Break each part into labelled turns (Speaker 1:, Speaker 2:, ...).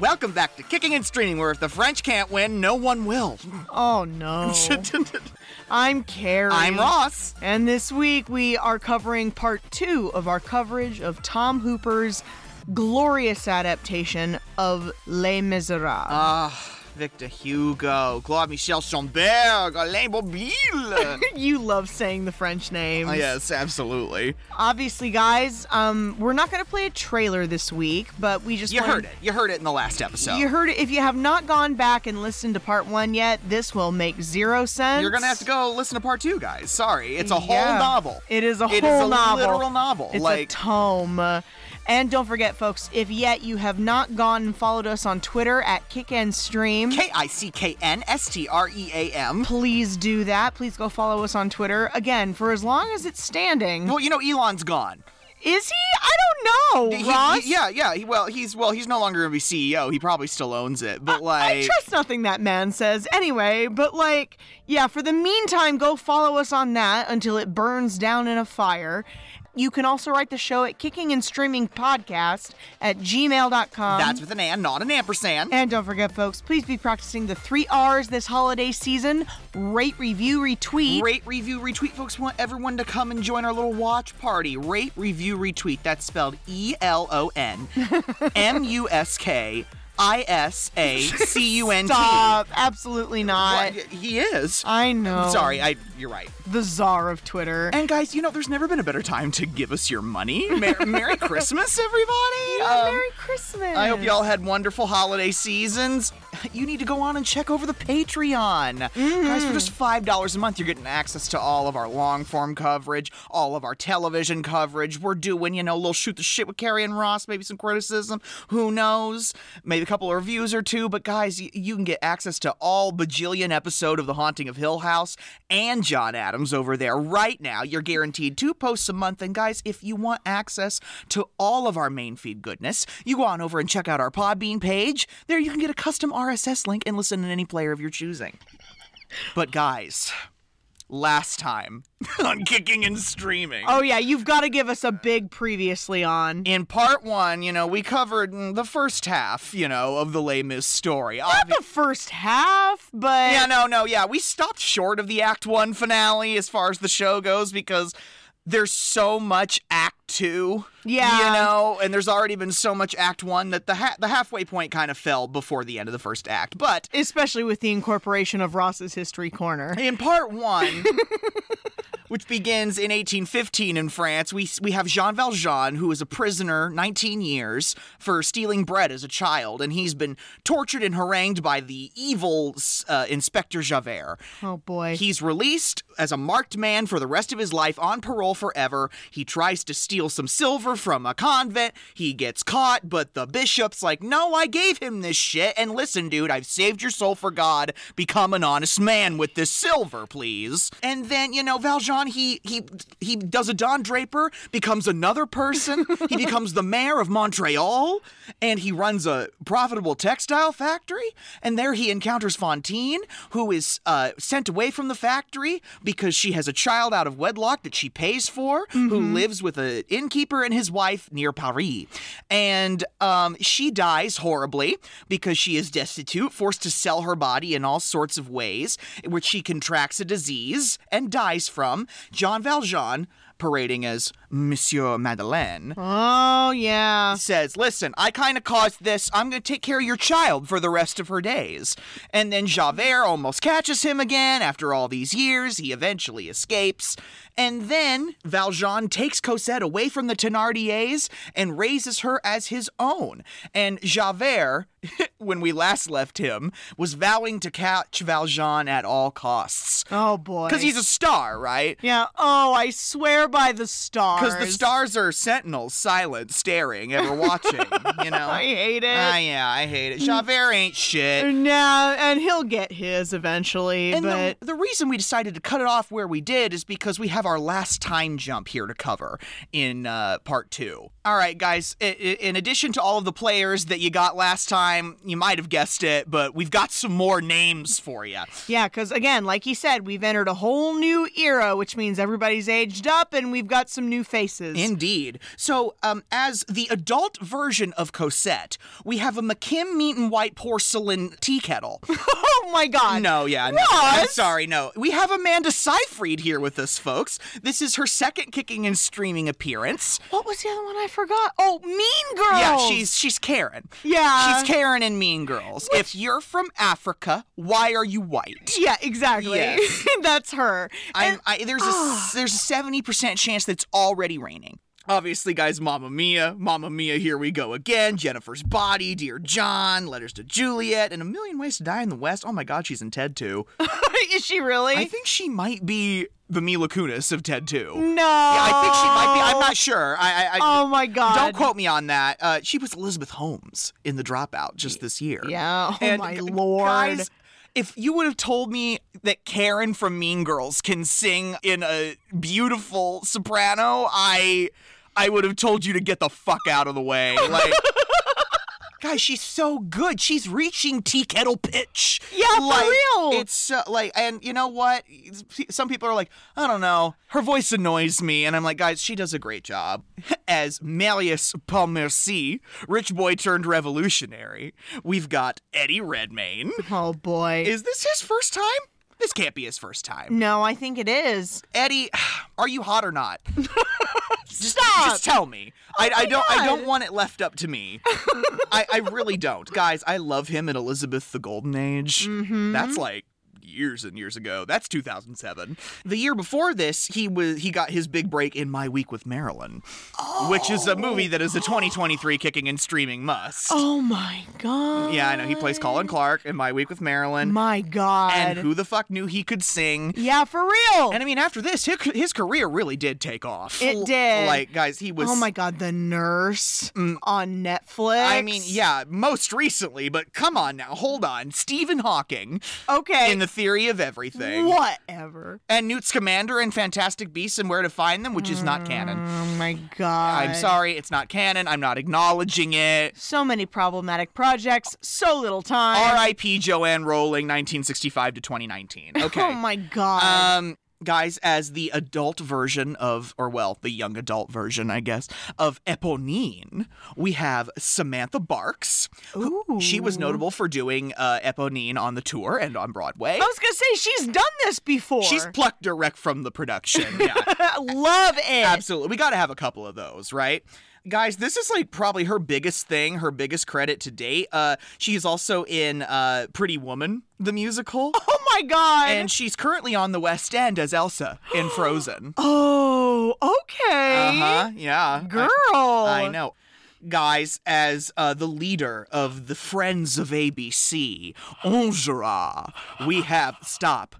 Speaker 1: Welcome back to Kicking and Streaming, where if the French can't win, no one will.
Speaker 2: Oh no. I'm Carrie.
Speaker 1: I'm Ross.
Speaker 2: And this week we are covering part two of our coverage of Tom Hooper's glorious adaptation of Les Miserables.
Speaker 1: Ah, Victor Hugo, Claude Michel Schomburg, Alain Bobille.
Speaker 2: you love saying the French names.
Speaker 1: Oh, yes, absolutely.
Speaker 2: Obviously, guys, um, we're not going to play a trailer this week, but we just
Speaker 1: You
Speaker 2: wanted-
Speaker 1: heard it. You heard it in the last episode.
Speaker 2: You heard it. If you have not gone back and listened to part one yet, this will make zero sense.
Speaker 1: You're gonna have to go listen to part two, guys. Sorry, it's a whole
Speaker 2: Yeah.
Speaker 1: novel.
Speaker 2: It is a
Speaker 1: It is
Speaker 2: whole
Speaker 1: a
Speaker 2: novel.
Speaker 1: literal novel.
Speaker 2: It's
Speaker 1: like
Speaker 2: a tome. And don't forget, folks, if yet you have not gone and followed us on Twitter at Kick and Stream,
Speaker 1: K I C K N S T R E A M.
Speaker 2: please do that. Please go follow us on Twitter again for as long as it's standing.
Speaker 1: Well, you know, Elon's gone.
Speaker 2: Is he? I don't know,
Speaker 1: He- he-
Speaker 2: Ross.
Speaker 1: yeah, yeah. He, well, he's well, he's no longer gonna be CEO. He probably still owns it, but
Speaker 2: I
Speaker 1: like,
Speaker 2: trust nothing that man says anyway, but like, yeah, for the meantime, go follow us on that until it burns down in a fire. You can also write the show at kicking and streaming podcast at gmail.com.
Speaker 1: that's with an and, not an ampersand.
Speaker 2: and don't forget, folks, please be practicing the three R's this holiday season rate, review, retweet.
Speaker 1: Rate, review, retweet, folks. We want everyone to come and join our little watch party. Rate, review, retweet. That's spelled E L O N M U S K I S A C U N T.
Speaker 2: Stop. Absolutely not.
Speaker 1: What? He is.
Speaker 2: I know.
Speaker 1: Sorry, I. You're right.
Speaker 2: The czar of Twitter.
Speaker 1: And guys, you know, there's never been a better time to give us your money. Mer- Merry Christmas, everybody!
Speaker 2: Yeah,
Speaker 1: Um,
Speaker 2: Merry Christmas.
Speaker 1: I hope y'all had wonderful holiday seasons. You need to go on and check over the Patreon. Guys, for just $5 a month, you're getting access to all of our long form coverage, all of our television coverage. We're doing, you know, a little shoot the shit with Carrie and Ross, maybe some criticism. Who knows? Maybe a couple of reviews or two. But guys, y- you can get access to all bajillion episode of The Haunting of Hill House and John Adams over there right now. You're guaranteed two posts a month. And guys, if you want access to all of our main feed goodness, you go on over and check out our Podbean page. There you can get a custom RSS link and listen in any player of your choosing. But guys, last time on Kicking and Streaming.
Speaker 2: Oh, yeah, you've got to give us a big previously on.
Speaker 1: In part one, you know, we covered mm, the first half, you know, of the Les Mis story. Obvi-
Speaker 2: the first half, but
Speaker 1: Yeah, no, no, yeah. We stopped short of the Act One finale as far as the show goes because there's so much Act Two.
Speaker 2: Yeah.
Speaker 1: You know, and there's already been so much Act One that the ha- the halfway point kind of fell before the end of the first act. But
Speaker 2: especially with the incorporation of Ross's History Corner.
Speaker 1: in part one, which begins in 1815 in France, we we have Jean Valjean, who is a prisoner 19 years for stealing bread as a child, and he's been tortured and harangued by the evil uh, Inspector Javert.
Speaker 2: Oh boy.
Speaker 1: He's released as a marked man for the rest of his life on parole forever. He tries to steal some silver from a convent. He gets caught, but the bishop's like, No, I gave him this shit. And listen, dude, I've saved your soul for God. Become an honest man with this silver, please. And then, you know, Valjean, he he he does a Don Draper, becomes another person. he becomes the mayor of Montreal, and he runs a profitable textile factory. And there he encounters Fantine, who is uh, sent away from the factory because she has a child out of wedlock that she pays for, who lives with an innkeeper and his wife near Paris. And um, she dies horribly because she is destitute, forced to sell her body in all sorts of ways, which she contracts a disease and dies from. Jean Valjean, parading as Monsieur Madeleine,
Speaker 2: oh yeah.
Speaker 1: says, Listen, I kind of caused this. I'm going to take care of your child for the rest of her days. And then Javert almost catches him again after all these years. He eventually escapes. And then Valjean takes Cosette away from the Thénardiers and raises her as his own. And Javert, when we last left him, was vowing to catch Valjean at all costs.
Speaker 2: Oh boy.
Speaker 1: Because he's a star, right?
Speaker 2: yeah. Oh, I swear by the stars.
Speaker 1: Because the stars are sentinels, silent, staring, ever watching, you know?
Speaker 2: I hate it.
Speaker 1: Ah, yeah, I hate it. Javert ain't shit.
Speaker 2: Nah, and he'll get his eventually,
Speaker 1: And
Speaker 2: but
Speaker 1: the, the reason we decided to cut it off where we did is because we have our last time jump here to cover in uh, part two. All right, guys, i- i- in addition to all of the players that you got last time, you might have guessed it, but we've got some more names for you.
Speaker 2: yeah, because again, like he said, we've entered a whole new era, which means everybody's aged up and we've got some new faces.
Speaker 1: Indeed. So, um, as the adult version of Cosette, we have a McKim meat and white porcelain tea kettle.
Speaker 2: oh my god.
Speaker 1: No, yeah, no. I'm sorry, no. We have Amanda Seyfried here with us, folks. This is her second kicking and streaming appearance.
Speaker 2: What was the other one I forgot? Oh, Mean Girls.
Speaker 1: Yeah, she's she's Karen.
Speaker 2: Yeah.
Speaker 1: She's Karen in Mean Girls. If you're from Africa, why are you white?
Speaker 2: Yeah, exactly.
Speaker 1: Yes.
Speaker 2: That's her.
Speaker 1: I'm, I, there's a s- there's a seventy percent chance that it's already raining. Obviously, guys, Mamma Mia, Mamma Mia, here we go again. Jennifer's Body, Dear John, Letters to Juliet, and A Million Ways to Die in the West. Oh my God, she's in Ted 2.
Speaker 2: Is she really?
Speaker 1: I think she might be the Mila Kunis of Ted 2.
Speaker 2: no.
Speaker 1: Yeah, I think she might be. I'm not sure. I, I, I
Speaker 2: Oh my god.
Speaker 1: don't quote me on that. Uh, she was Elizabeth Holmes in The Dropout just this year.
Speaker 2: Yeah. Oh
Speaker 1: And
Speaker 2: my
Speaker 1: g-
Speaker 2: lord.
Speaker 1: Guys, if you would have told me that Karen from Mean Girls can sing in a beautiful soprano, I I would have told you to get the fuck out of the way. Like Guys, she's so good. She's reaching tea kettle pitch.
Speaker 2: Yeah, for
Speaker 1: like,
Speaker 2: real.
Speaker 1: It's uh, like, and you know what? Some people are like, I don't know. Her voice annoys me, and I'm like, guys, she does a great job as Marius Pontmercy, rich boy turned revolutionary. We've got Eddie Redmayne.
Speaker 2: Oh boy.
Speaker 1: Is this his first time? This can't be his first time.
Speaker 2: no, I think it is.
Speaker 1: Eddie, are you hot or not? just,
Speaker 2: Stop. Oh
Speaker 1: just tell me. I, I don't. I
Speaker 2: God.
Speaker 1: don't want it left up to me. I, I really don't, guys. I love him in Elizabeth the Golden Age.
Speaker 2: Mm-hmm.
Speaker 1: That's like years and years ago. That's 2007. The year before this, he was he got his big break in My Week with Marilyn, which is a movie that is a 2023 kicking and streaming must.
Speaker 2: Oh my god.
Speaker 1: Yeah, I know. He plays Colin Clark in My Week with Marilyn.
Speaker 2: My god.
Speaker 1: and who the fuck knew he could sing?
Speaker 2: yeah, for real.
Speaker 1: And I mean, after this, his, his career really did take off.
Speaker 2: It
Speaker 1: L-
Speaker 2: did.
Speaker 1: Like, guys, he was. Mm.
Speaker 2: oh my god, the nurse on Netflix.
Speaker 1: I mean, yeah, most recently, but come on now, hold on. Stephen Hawking
Speaker 2: Okay.
Speaker 1: in The Theory of Everything.
Speaker 2: Whatever.
Speaker 1: And Newt Scamander and Fantastic Beasts and Where to Find Them, which is not canon.
Speaker 2: Oh my god.
Speaker 1: I'm sorry, it's not canon. I'm not acknowledging it.
Speaker 2: So many problematic projects, so little time.
Speaker 1: R.I.P. Joanne Rowling, 1965 to 2019. Okay.
Speaker 2: Oh my god.
Speaker 1: um guys as the adult version of or well the young adult version i guess of eponine we have samantha barks who-
Speaker 2: Ooh.
Speaker 1: she was notable for doing uh, eponine on the tour and on broadway
Speaker 2: I was gonna say she's done this before.
Speaker 1: she's plucked direct from the production yeah
Speaker 2: love it.
Speaker 1: absolutely we gotta have a couple of those right guys this is like probably her biggest thing her biggest credit to date uh, she's also in uh, pretty woman the musical
Speaker 2: Oh my god.
Speaker 1: and she's currently on the west end as elsa in frozen
Speaker 2: oh, okay.
Speaker 1: Uh-huh. Yeah. I-
Speaker 2: Girl.
Speaker 1: I, know. Guys, as uh, the leader of the Friends of ABC, Enjara, we have stop.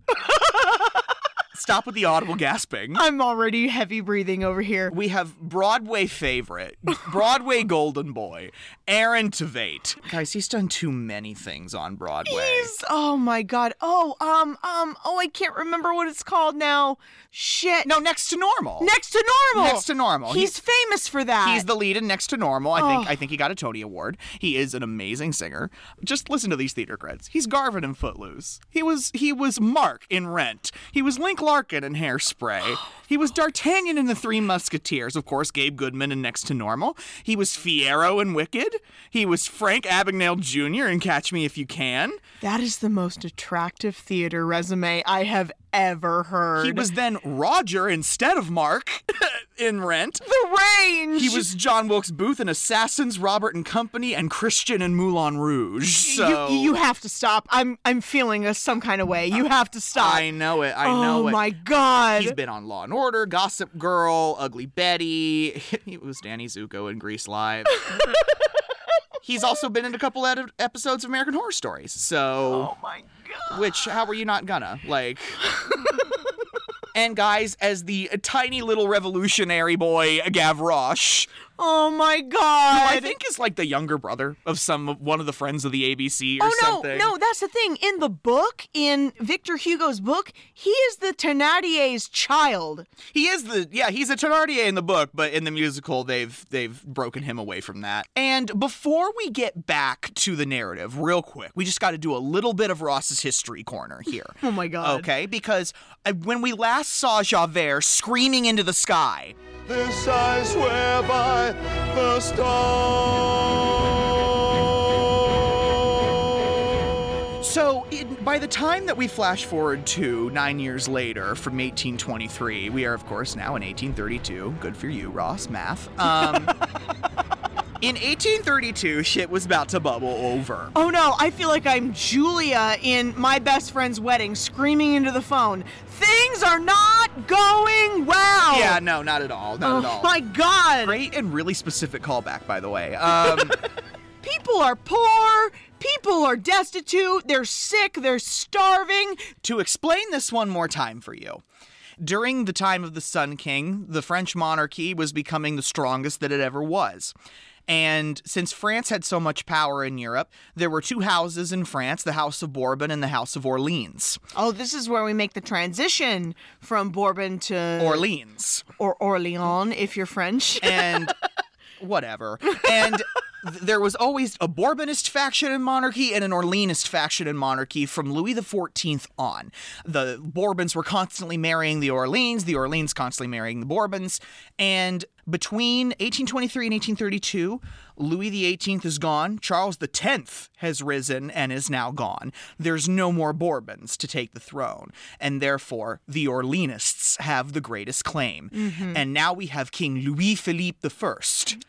Speaker 1: stop with the audible gasping.
Speaker 2: I'm already heavy breathing over here.
Speaker 1: We have Broadway favorite, Broadway golden boy, Aaron Tveit. Guys, he's done too many things on Broadway.
Speaker 2: He's- oh my god. Oh, um, um, oh, I can't remember what it's called now. Shit.
Speaker 1: no, next to normal.
Speaker 2: Next to normal.
Speaker 1: Next to normal. He-
Speaker 2: He's famous for that.
Speaker 1: He's the lead in Next to Normal. I think
Speaker 2: Oh.
Speaker 1: I think he got a Tony Award. He is an amazing singer. Just listen to these theater creds. He's Garvin in Footloose. He was he was Mark in Rent. He was Link Larkin in Hairspray. He was D'Artagnan in The Three Musketeers. Of course, Gabe Goodman in Next to Normal. He was Fiero in Wicked. He was Frank Abagnale Jr. in Catch Me If You Can.
Speaker 2: that is the most attractive theater resume I have ever heard.
Speaker 1: He was then Roger instead of Mark in Rent.
Speaker 2: the range.
Speaker 1: He was John Wilkes Booth in Assassins, Robert and Company, and Christian in Moulin Rouge. So
Speaker 2: You, you have to stop. I'm I'm feeling a, some kind of way. You have to stop.
Speaker 1: I know it. I
Speaker 2: oh
Speaker 1: know it.
Speaker 2: my god.
Speaker 1: He's been on Law and Order, Gossip Girl, Ugly Betty. He was Danny Zuko in Grease Live. He's also been in a couple ed- episodes of American Horror Stories. So,
Speaker 2: oh my god.
Speaker 1: which how were you not gonna like? and guys, as the tiny little revolutionary boy Gavroche,
Speaker 2: Oh my god.
Speaker 1: who I think is like the younger brother of some one of the friends of the ABC or
Speaker 2: Oh no,
Speaker 1: something.
Speaker 2: no, that's the thing. In the book, in Victor Hugo's book, he is the Thénardier's child.
Speaker 1: He is the yeah, he's a Thenardier in the book, but in the musical they've they've broken him away from that. And before we get back to the narrative, real quick, we just got to do a little bit of Ross's history corner here.
Speaker 2: Oh my god.
Speaker 1: Okay, because uh, when we last saw Javert screaming into the sky,
Speaker 3: This I swear by the star.
Speaker 1: So, in, by the time that we flash forward to nine years later from 1823, we are, of course, now in 1832. Good for you, Ross, math. Um, in 1832, shit was about to bubble over.
Speaker 2: Oh no, I feel like I'm Julia in my best friend's wedding screaming into the phone. Things are not going well.
Speaker 1: Yeah, no, not at all. Not
Speaker 2: Oh
Speaker 1: at all.
Speaker 2: my god.
Speaker 1: Great and really specific callback, by the way. Um,
Speaker 2: People are poor. People are destitute. They're sick. They're starving.
Speaker 1: to explain this one more time for you. During the time of the Sun King, the French monarchy was becoming the strongest that it ever was. And since France had so much power in Europe, there were two houses in France the House of Bourbon and the House of Orleans.
Speaker 2: Oh, this is where we make the transition from Bourbon to
Speaker 1: Orleans.
Speaker 2: or Orleans, if you're French.
Speaker 1: And whatever. And th- there was always a Bourbonist faction in monarchy and an Orleanist faction in monarchy from Louis XIV on. The Bourbons were constantly marrying the Orleans, the Orleans constantly marrying the Bourbons. And between 1823 and 1832, Louis XVIII is gone, Charles X has risen and is now gone. There's no more Bourbons to take the throne, and therefore the Orleanists have the greatest claim. And now we have King Louis Philippe I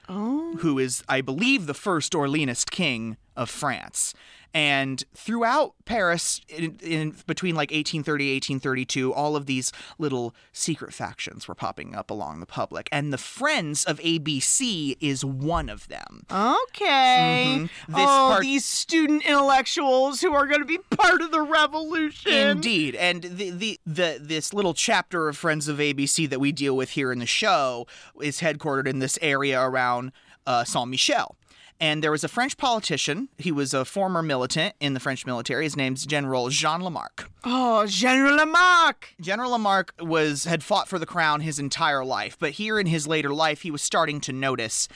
Speaker 4: Oh.
Speaker 1: who is, I believe, the first Orleanist king of France. And throughout Paris, in, in between like 1830, 1832, all of these little secret factions were popping up along the public. And the Friends of ABC is one of them.
Speaker 2: Okay.
Speaker 1: Mm-hmm. This
Speaker 2: oh,
Speaker 1: part-
Speaker 2: these student intellectuals who are going to be part of the revolution.
Speaker 1: Indeed, and the, the the this little chapter of Friends of ABC that we deal with here in the show is headquartered in this area around uh, Saint Michel. And there was a French politician. He was a former militant in the French military. His name's General Jean Lamarck.
Speaker 2: Oh, General Lamarck.
Speaker 1: General Lamarck was had fought for the crown his entire life, but here in his later life, he was starting to notice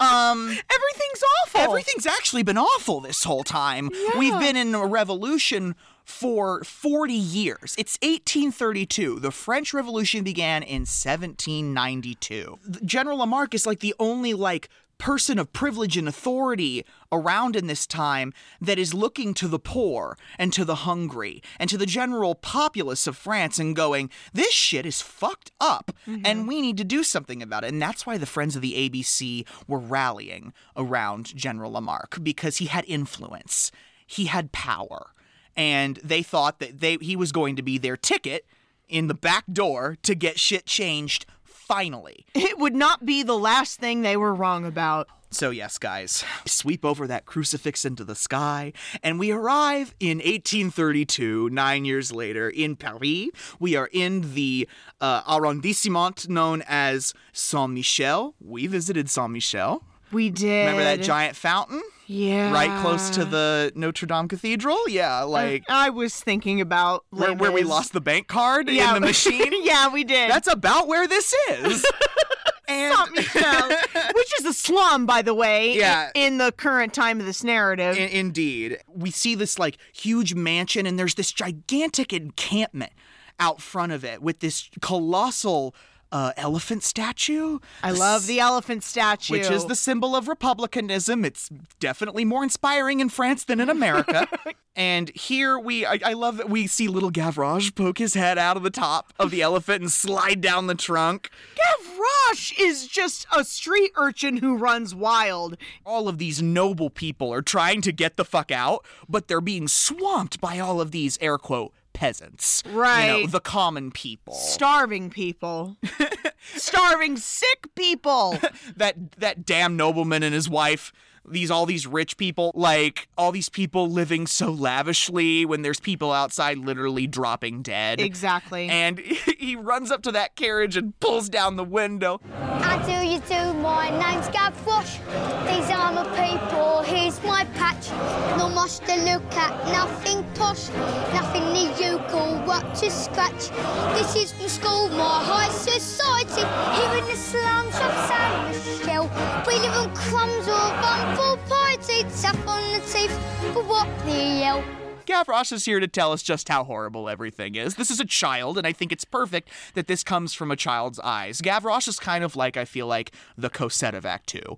Speaker 1: um,
Speaker 2: Everything's awful.
Speaker 1: Everything's actually been awful this whole time. We've been in a revolution for 40 years. It's 1832. The French Revolution began in 1792. General Lamarck is like the only like person of privilege and authority around in this time that is looking to the poor and to the hungry and to the general populace of France and going this shit is fucked up and we need to do something about it and that's why the friends of the ABC were rallying around General Lamarck because he had influence he had power and they thought that they he was going to be their ticket in the back door to get shit changed finally
Speaker 2: It would not be the last thing they were wrong about.
Speaker 1: so, yes, guys, sweep over that crucifix into the sky, and we arrive in 1832, nine years later, in Paris. We are in the uh, arrondissement known as Saint Michel. We visited Saint Michel.
Speaker 2: We did.
Speaker 1: Remember that giant fountain
Speaker 2: Yeah.
Speaker 1: right close to the Notre Dame Cathedral? Yeah, like
Speaker 2: I was thinking about
Speaker 1: where,
Speaker 2: Les
Speaker 1: where we
Speaker 2: Mis.
Speaker 1: lost the bank card
Speaker 2: yeah.
Speaker 1: in the machine.
Speaker 2: yeah, we did.
Speaker 1: That's about where this is. and
Speaker 2: Saint Michel, which is the slum, by the way.
Speaker 1: Yeah.
Speaker 2: In the current time of this narrative.
Speaker 1: In- indeed. We see this like huge mansion, and there's this gigantic encampment out front of it with this colossal uh, elephant statue.
Speaker 2: I love the elephant statue,
Speaker 1: Which is the symbol of republicanism. It's definitely more inspiring in France than in America. and here we, I, I love that we see little Gavroche poke his head out of the top of the elephant and slide down the trunk.
Speaker 2: Gavroche is just a street urchin who runs wild.
Speaker 1: all of these noble people are trying to get the fuck out, but they're being swamped by all of these air quote peasants. You know,
Speaker 2: Right.
Speaker 1: the common people.
Speaker 2: Starving people. Starving sick people.
Speaker 1: that that damn nobleman and his wife these all these rich people like all these people living so lavishly when there's people outside literally dropping dead
Speaker 2: Exactly.
Speaker 1: and he runs up to that carriage and pulls down the window
Speaker 5: I do, you do, my name's Gavroche. These are my people, here's my patch. No much to look at, nothing posh, nothing that you can work to scratch. This is from school, my high society. Here in the slums of San Michel, we live on crumbs or bumble piety. Tap on the teeth, but what the hell?
Speaker 1: Gavroche is here to tell us just how horrible everything is. This is a child, and I think it's perfect that this comes from a child's eyes. Gavroche is kind of like, I feel like, the Cosette of Act Two.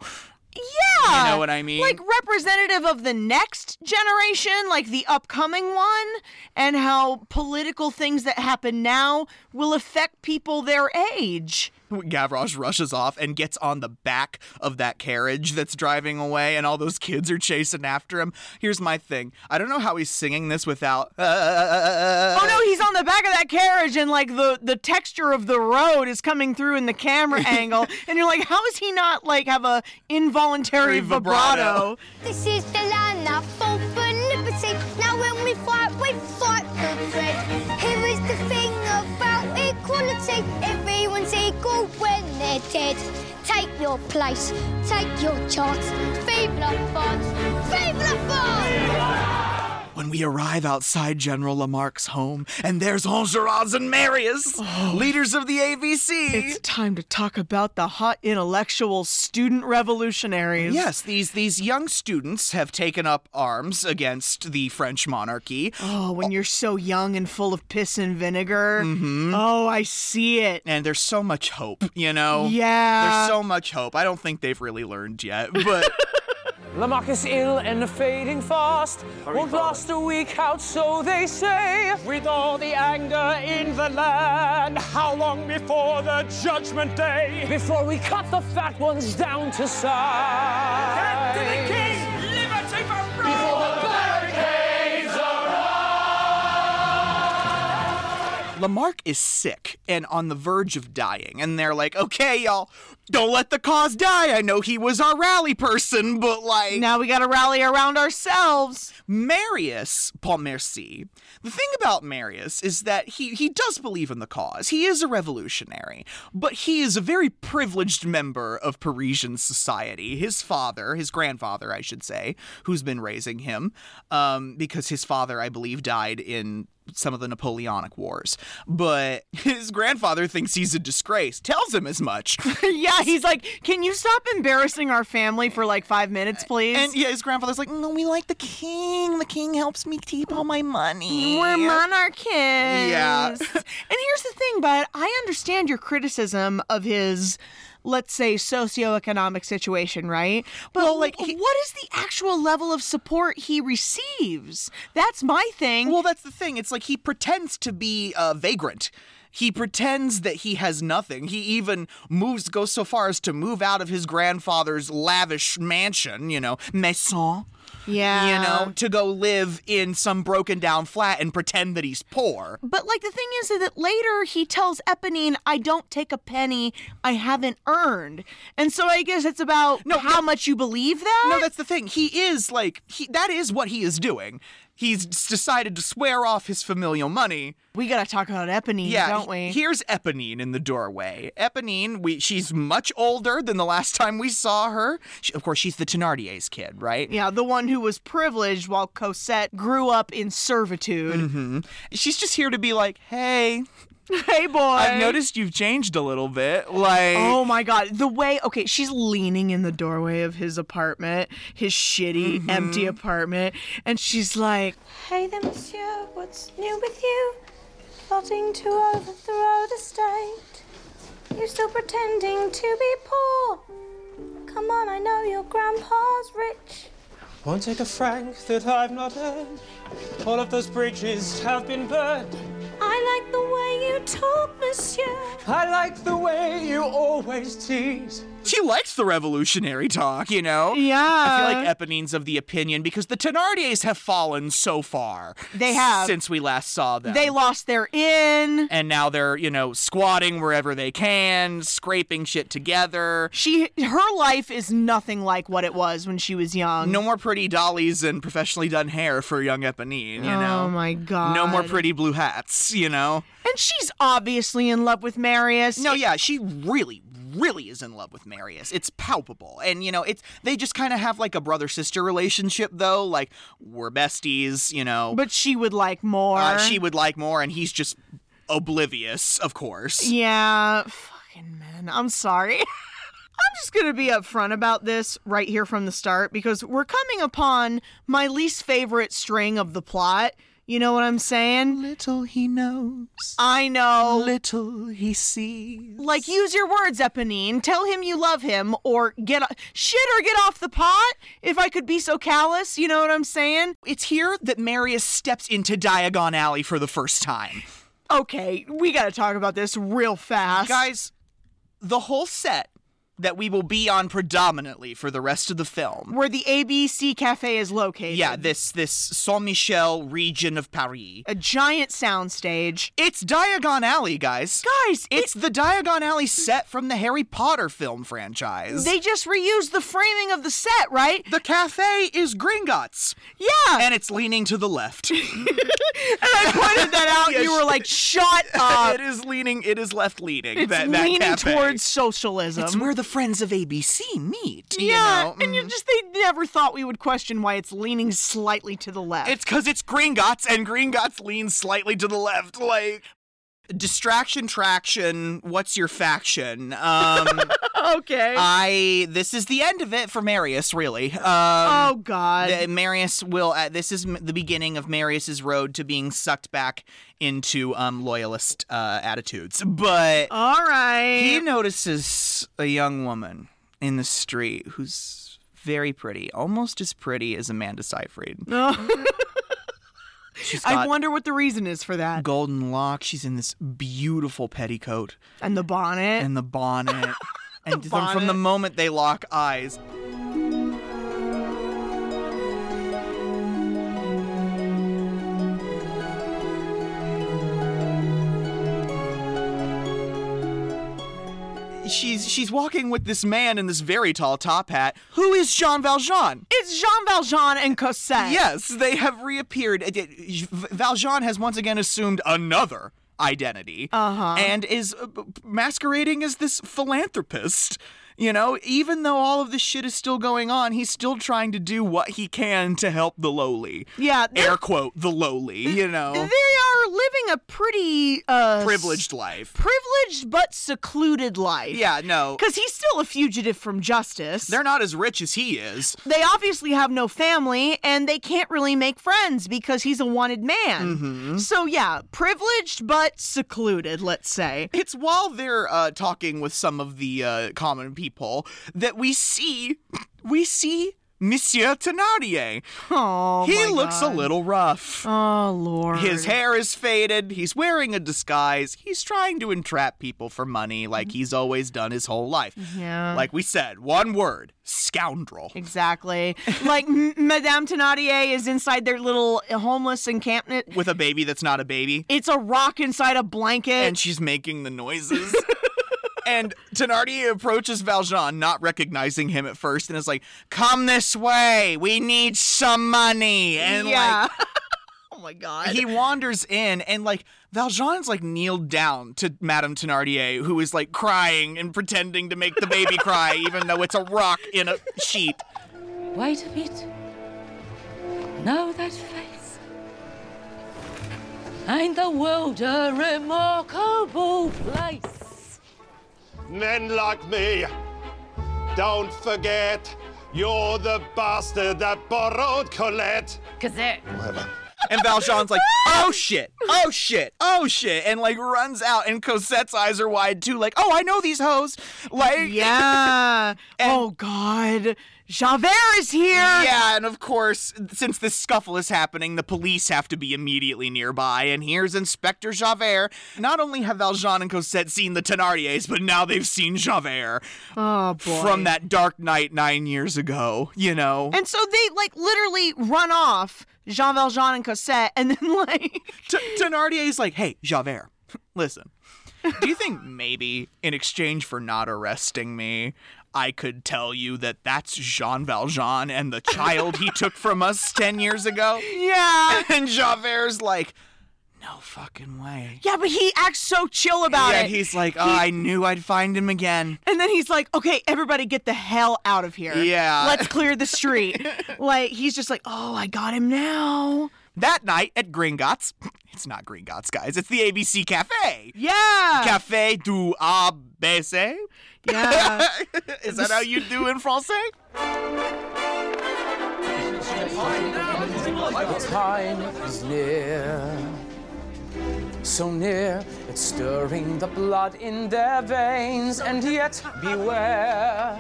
Speaker 2: Yeah.
Speaker 1: You know what I mean?
Speaker 2: Like representative of the next generation, like the upcoming one, and how political things that happen now will affect people their age.
Speaker 1: Gavroche rushes off and gets on the back of that carriage that's driving away, and all those kids are chasing after him. Here's my thing I don't know how he's singing this without. uh,
Speaker 2: Oh no, he's on the back of that carriage and like the the texture of the road is coming through in the camera angle and you're like how is he not like have a involuntary
Speaker 1: Very vibrato.
Speaker 2: vibrato?
Speaker 5: This is the land that fought for liberty. Now when we fight, we fight for bread. Here is the thing about equality. Everyone's equal when they're dead. Take your place, take your chance. Vive la France, vive la France!
Speaker 1: uh, When we arrive outside General Lamarck's home, and there's Enjolras and Marius, leaders of the ABC.
Speaker 2: Oh. It's time to talk about the hot intellectual student revolutionaries.
Speaker 1: Yes, these these young students have taken up arms against the French monarchy.
Speaker 2: Oh, when you're so young and full of piss and vinegar.
Speaker 1: Mm-hmm.
Speaker 2: Oh, I see it.
Speaker 1: And there's so much hope, you know?
Speaker 2: Yeah.
Speaker 1: There's so much hope. I don't think they've really learned yet, but
Speaker 4: Lamarck is ill and fading fast. Won't last a week out, so they say. With all the anger in the land, how long before the judgment day? Before we cut the fat ones down to size. Before the barricades
Speaker 1: Lamarck is sick and on the verge of dying. And they're like, okay, y'all, don't let the cause die. I know he was our rally person, but like.
Speaker 2: Now we got to rally around ourselves.
Speaker 1: Marius Pontmercy. The thing about Marius is that he he does believe in the cause. He is a revolutionary, but he is a very privileged member of Parisian society. His father, his grandfather, I should say, who's been raising him, um, because his father, I believe, died in some of the Napoleonic Wars. But his grandfather thinks he's a disgrace, tells him as much.
Speaker 2: yeah, he's like, "Can you stop embarrassing our family for like 5 minutes, please?"
Speaker 1: And yeah, his grandfather's like, no, we like the king. The king helps me keep all my money.
Speaker 2: We're monarchists.
Speaker 1: Yeah.
Speaker 2: and here's the thing, bud. I understand your criticism of his, let's say, socioeconomic situation, right? But
Speaker 1: Well, like,
Speaker 2: w-
Speaker 1: he-
Speaker 2: what is the actual level of support he receives? That's my thing.
Speaker 1: Well, that's the thing. It's like he pretends to be a vagrant. He pretends that he has nothing. He even moves, goes so far as to move out of his grandfather's lavish mansion, you know, maison,
Speaker 2: yeah.
Speaker 1: you know, to go live in some broken down flat and pretend that he's poor.
Speaker 2: But like the thing is that later he tells Eponine, "I don't take a penny I haven't earned," and so I guess it's about
Speaker 1: No,
Speaker 2: how
Speaker 1: no-
Speaker 2: much you believe that.
Speaker 1: No, that's the thing. He is like, he, that is what he is doing. He's decided to swear off his familial money
Speaker 2: we gotta talk about Eponine,
Speaker 1: Yeah,
Speaker 2: don't
Speaker 1: he-
Speaker 2: we?
Speaker 1: Here's Eponine in the doorway. Eponine, we she's much older than the last time we saw her. She, of course, she's the Thenardier's kid, right?
Speaker 2: Yeah, the one who was privileged while Cosette grew up in servitude.
Speaker 1: Mm-hmm. She's just here to be like, "Hey,
Speaker 2: Hey, boy.
Speaker 1: I've noticed you've changed a little bit." Like,
Speaker 2: Oh my god, the way okay, she's leaning in the doorway of his apartment, his shitty,
Speaker 1: Mm-hmm.
Speaker 2: empty apartment, and she's like,
Speaker 6: Hey there, monsieur, what's new with you? Plotting to overthrow the state. You still pretending to be poor? Come on, I know your grandpa's rich.
Speaker 4: Won't take a franc that I've not earned. All of those bridges have been burned.
Speaker 6: I like the way you talk, monsieur.
Speaker 4: I like the way you always tease.
Speaker 1: she likes the revolutionary talk, you know? I feel
Speaker 2: Yeah.
Speaker 1: like Eponine's of the opinion because the Thenardiers have fallen so far.
Speaker 2: They have.
Speaker 1: since we last saw them.
Speaker 2: They lost their inn.
Speaker 1: and now they're, you know, squatting wherever they can, scraping shit together.
Speaker 2: She her life is nothing like what it was when she was young.
Speaker 1: No more pretty dollies and professionally done hair for young Eponine, you know?
Speaker 2: Oh my god.
Speaker 1: No more pretty blue hats, you know?
Speaker 2: And she's obviously in love with Marius.
Speaker 1: No, yeah, she really, really is in love with Marius. It's palpable. And, you know, it's they just kind of have like a brother sister relationship, though. Like, we're besties, you know?
Speaker 2: But she would like more.
Speaker 1: uh, she would like more, and he's just oblivious, of course.
Speaker 2: Yeah, fucking men. I'm sorry. I'm just going to be upfront about this right here from the start because we're coming upon my least favorite string of the plot. You know what I'm saying?
Speaker 1: Little he knows,
Speaker 2: I know.
Speaker 1: little he sees.
Speaker 2: Like, use your words, Eponine. Tell him you love him, or get o- shit, or get off the pot. If I could be so callous, you know what I'm saying?
Speaker 1: It's here that Marius steps into Diagon Alley for the first time.
Speaker 2: Okay, we got to talk about this real fast.
Speaker 1: Guys, the whole set that we will be on predominantly for the rest of the film.
Speaker 2: where the ABC Cafe is located.
Speaker 1: Yeah, this this Saint Michel region of Paris.
Speaker 2: a giant soundstage.
Speaker 1: It's Diagon Alley, guys.
Speaker 2: Guys, it,
Speaker 1: It's the Diagon Alley set from the Harry Potter film franchise.
Speaker 2: they just reused the framing of the set, right?
Speaker 1: the cafe is Gringotts,
Speaker 2: Yeah.
Speaker 1: and it's leaning to the left.
Speaker 2: I pointed that out.
Speaker 1: Yeah,
Speaker 2: you were
Speaker 1: sure.
Speaker 2: like, "Shut up."
Speaker 1: it is leaning. It is left leaning.
Speaker 2: It's
Speaker 1: that, that
Speaker 2: leaning
Speaker 1: cafe.
Speaker 2: towards socialism.
Speaker 1: It's where the friends of ABC meet. you
Speaker 2: yeah,
Speaker 1: know?
Speaker 2: and you
Speaker 1: Mm.
Speaker 2: just they never thought we would question why it's leaning slightly to the left.
Speaker 1: It's because it's Gringotts, and Gringotts leans slightly to the left. Like distraction, traction. What's your faction? Um,
Speaker 2: okay.
Speaker 1: I. This is the end of it for Marius, really. Um,
Speaker 2: oh god.
Speaker 1: the- Marius will. Uh, this is m- the beginning of Marius's road to being sucked back into um, loyalist uh, attitudes. But
Speaker 2: All right.
Speaker 1: he notices a young woman in the street who's very pretty, almost as pretty as Amanda Seyfried. She's got
Speaker 2: Oh, I wonder what the reason is for that.
Speaker 1: golden locks. She's in this beautiful petticoat
Speaker 2: and the bonnet.
Speaker 1: and the bonnet. and from- from
Speaker 2: bonnet.
Speaker 1: the moment they lock eyes, she's she's walking with this man in this very tall top hat, who is Jean Valjean.
Speaker 2: it's Jean Valjean and Cosette.
Speaker 1: Yes, they have reappeared. Uh, uh, Valjean has once again assumed another identity
Speaker 2: Uh-huh.
Speaker 1: and is uh, b- masquerading as this philanthropist. You know, even though all of this shit is still going on, he's still trying to do what he can to help the lowly.
Speaker 2: Yeah. they're-
Speaker 1: Air quote, the lowly, you
Speaker 2: They
Speaker 1: know,
Speaker 2: are living a pretty uh,
Speaker 1: privileged life.
Speaker 2: privileged but secluded life.
Speaker 1: Yeah, no.
Speaker 2: Because he's still a fugitive from justice.
Speaker 1: They're not as rich as he is.
Speaker 2: they obviously have no family and they can't really make friends because he's a wanted
Speaker 1: Mm-hmm.
Speaker 2: man. So, yeah, privileged but secluded, let's say.
Speaker 1: It's while they're uh, talking with some of the uh, common people that we see, we see Monsieur Thénardier.
Speaker 2: Oh,
Speaker 1: He
Speaker 2: my
Speaker 1: looks
Speaker 2: God.
Speaker 1: a little rough.
Speaker 2: Oh, Lord.
Speaker 1: His hair is faded. He's wearing a disguise. He's trying to entrap people for money like he's always done his whole life.
Speaker 2: Yeah.
Speaker 1: Like we said, one word scoundrel.
Speaker 2: Exactly. Like, M- Madame Thénardier is inside their little homeless encampment.
Speaker 1: With a baby that's not a baby.
Speaker 2: It's a rock inside a blanket.
Speaker 1: And she's making the noises. and Thenardier approaches Valjean, not recognizing him at first, and is like, Come this way. We need some money. And like,
Speaker 2: yeah. oh, my God.
Speaker 1: he wanders in and like Valjean's like kneeled down to Madame Thenardier, who is like crying and pretending to make the baby cry, even though it's a rock in a sheet.
Speaker 7: Wait a bit. Know Oh, that face? Ain't the world a remarkable place?
Speaker 3: Men like me, don't forget, you're the bastard that borrowed Colette.
Speaker 7: Gazette.
Speaker 3: Whatever.
Speaker 1: And Valjean's like, oh shit, oh shit, oh shit, and like runs out. And Cosette's eyes are wide too, like, oh, I know these hoes. Like,
Speaker 2: Yeah. oh God. Javert is here.
Speaker 1: Yeah, and of course, since this scuffle is happening, the police have to be immediately nearby. And here's Inspector Javert. Not only have Valjean and Cosette seen the Thenardiers, but now they've seen Javert.
Speaker 2: Oh boy.
Speaker 1: from that dark night nine years ago, you know?
Speaker 2: And so they like literally run off Jean Valjean and Cosette, and then like
Speaker 1: T- Thenardier's like, hey, Javert, listen, do you think maybe in exchange for not arresting me, I could tell you that that's Jean Valjean and the child he took from us 10 years ago?
Speaker 2: yeah.
Speaker 1: And Javert's like, no fucking way.
Speaker 2: Yeah, but he acts so chill about
Speaker 1: yeah,
Speaker 2: it.
Speaker 1: he's like, oh, I knew I'd find him again.
Speaker 2: and then he's like, "Okay, everybody, get the hell out of here.
Speaker 1: Yeah.
Speaker 2: let's clear the street." like he's just like, "Oh, I got him now."
Speaker 1: That night at Gringotts, it's not Gringotts, guys, it's the ABC Cafe.
Speaker 2: Yeah.
Speaker 1: Café du ABC.
Speaker 2: Yeah.
Speaker 1: Is that how you do in Francais?
Speaker 4: Time is near. So near, it's stirring the blood in their veins, and yet beware.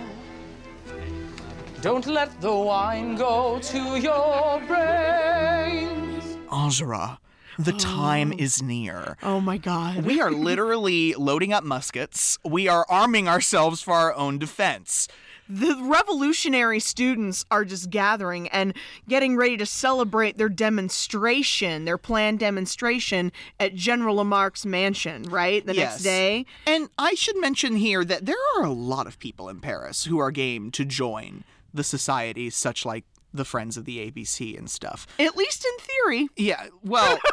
Speaker 4: Don't let the wine go to your brains.
Speaker 1: Angera, the time is near.
Speaker 2: oh my god.
Speaker 1: We are literally loading up muskets. We are arming ourselves for our own defense.
Speaker 2: The revolutionary students are just gathering and getting ready to celebrate their demonstration, their planned demonstration at General Lamarck's mansion, right? The
Speaker 1: Yes.
Speaker 2: next day.
Speaker 1: And I should mention here that there are a lot of people in Paris who are game to join the societies such like the Friends of the ABC and stuff.
Speaker 2: At least in theory.
Speaker 1: Yeah, well,